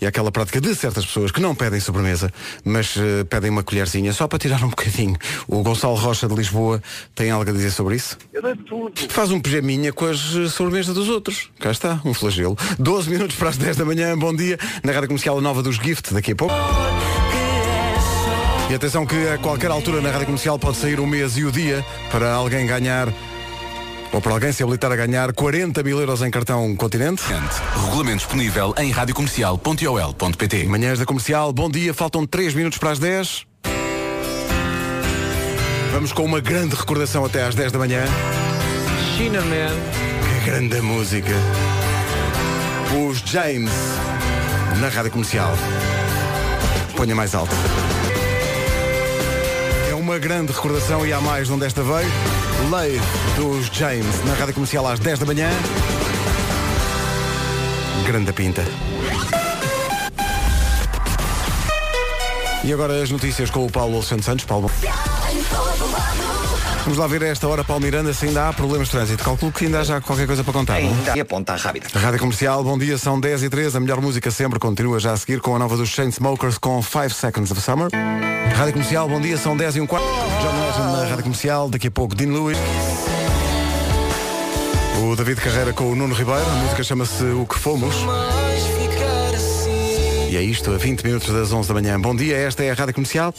A: E aquela prática de certas pessoas que não pedem sobremesa, mas eh, pedem uma colherzinha só para tirar um bocadinho. O Gonçalo Rocha de Lisboa tem algo a dizer sobre isso?
N: Eu dei tudo.
A: Faz um pijaminha com as eh, sobremesas dos outros. Cá está, um flagelo. 12 minutos para as 10 da manhã, bom dia. Na Rádio Comercial a Nova dos Gift, daqui a pouco. E atenção que a qualquer altura na Rádio Comercial pode sair o mês e o dia para alguém ganhar ou para alguém se habilitar a ganhar 40 mil euros em cartão continente.
U: Regulamento disponível em radiocomercial.ol.pt
A: Manhãs da Comercial, bom dia, faltam 3 minutos para as 10. Vamos com uma grande recordação até às 10 da manhã.
E: China Man.
A: Que grande música. Os James na Rádio Comercial. Ponha mais alto. É uma grande recordação e há mais onde esta veio. Lei dos James na Rádio Comercial às 10 da manhã. Grande pinta. E agora as notícias com o Paulo Alexandre Santos. Paulo. Vamos lá ver a esta hora, Paulo Miranda, se ainda há problemas de trânsito. Calculo que ainda há já qualquer coisa para contar. é?
G: Ainda e aponta rápida.
A: Rádio Comercial, bom dia, são 10 e 13 A melhor música sempre continua já a seguir com a nova dos Chainsmokers com 5 Seconds of Summer. Rádio Comercial, bom dia, são 10 e um quarto. John Legend na Rádio Comercial, daqui a pouco Dean Lewis. O David Carreira com o Nuno Ribeiro, a música chama-se O Que Fomos. E é isto, a 20 minutos das 11 da manhã. Bom dia, esta é a Rádio Comercial.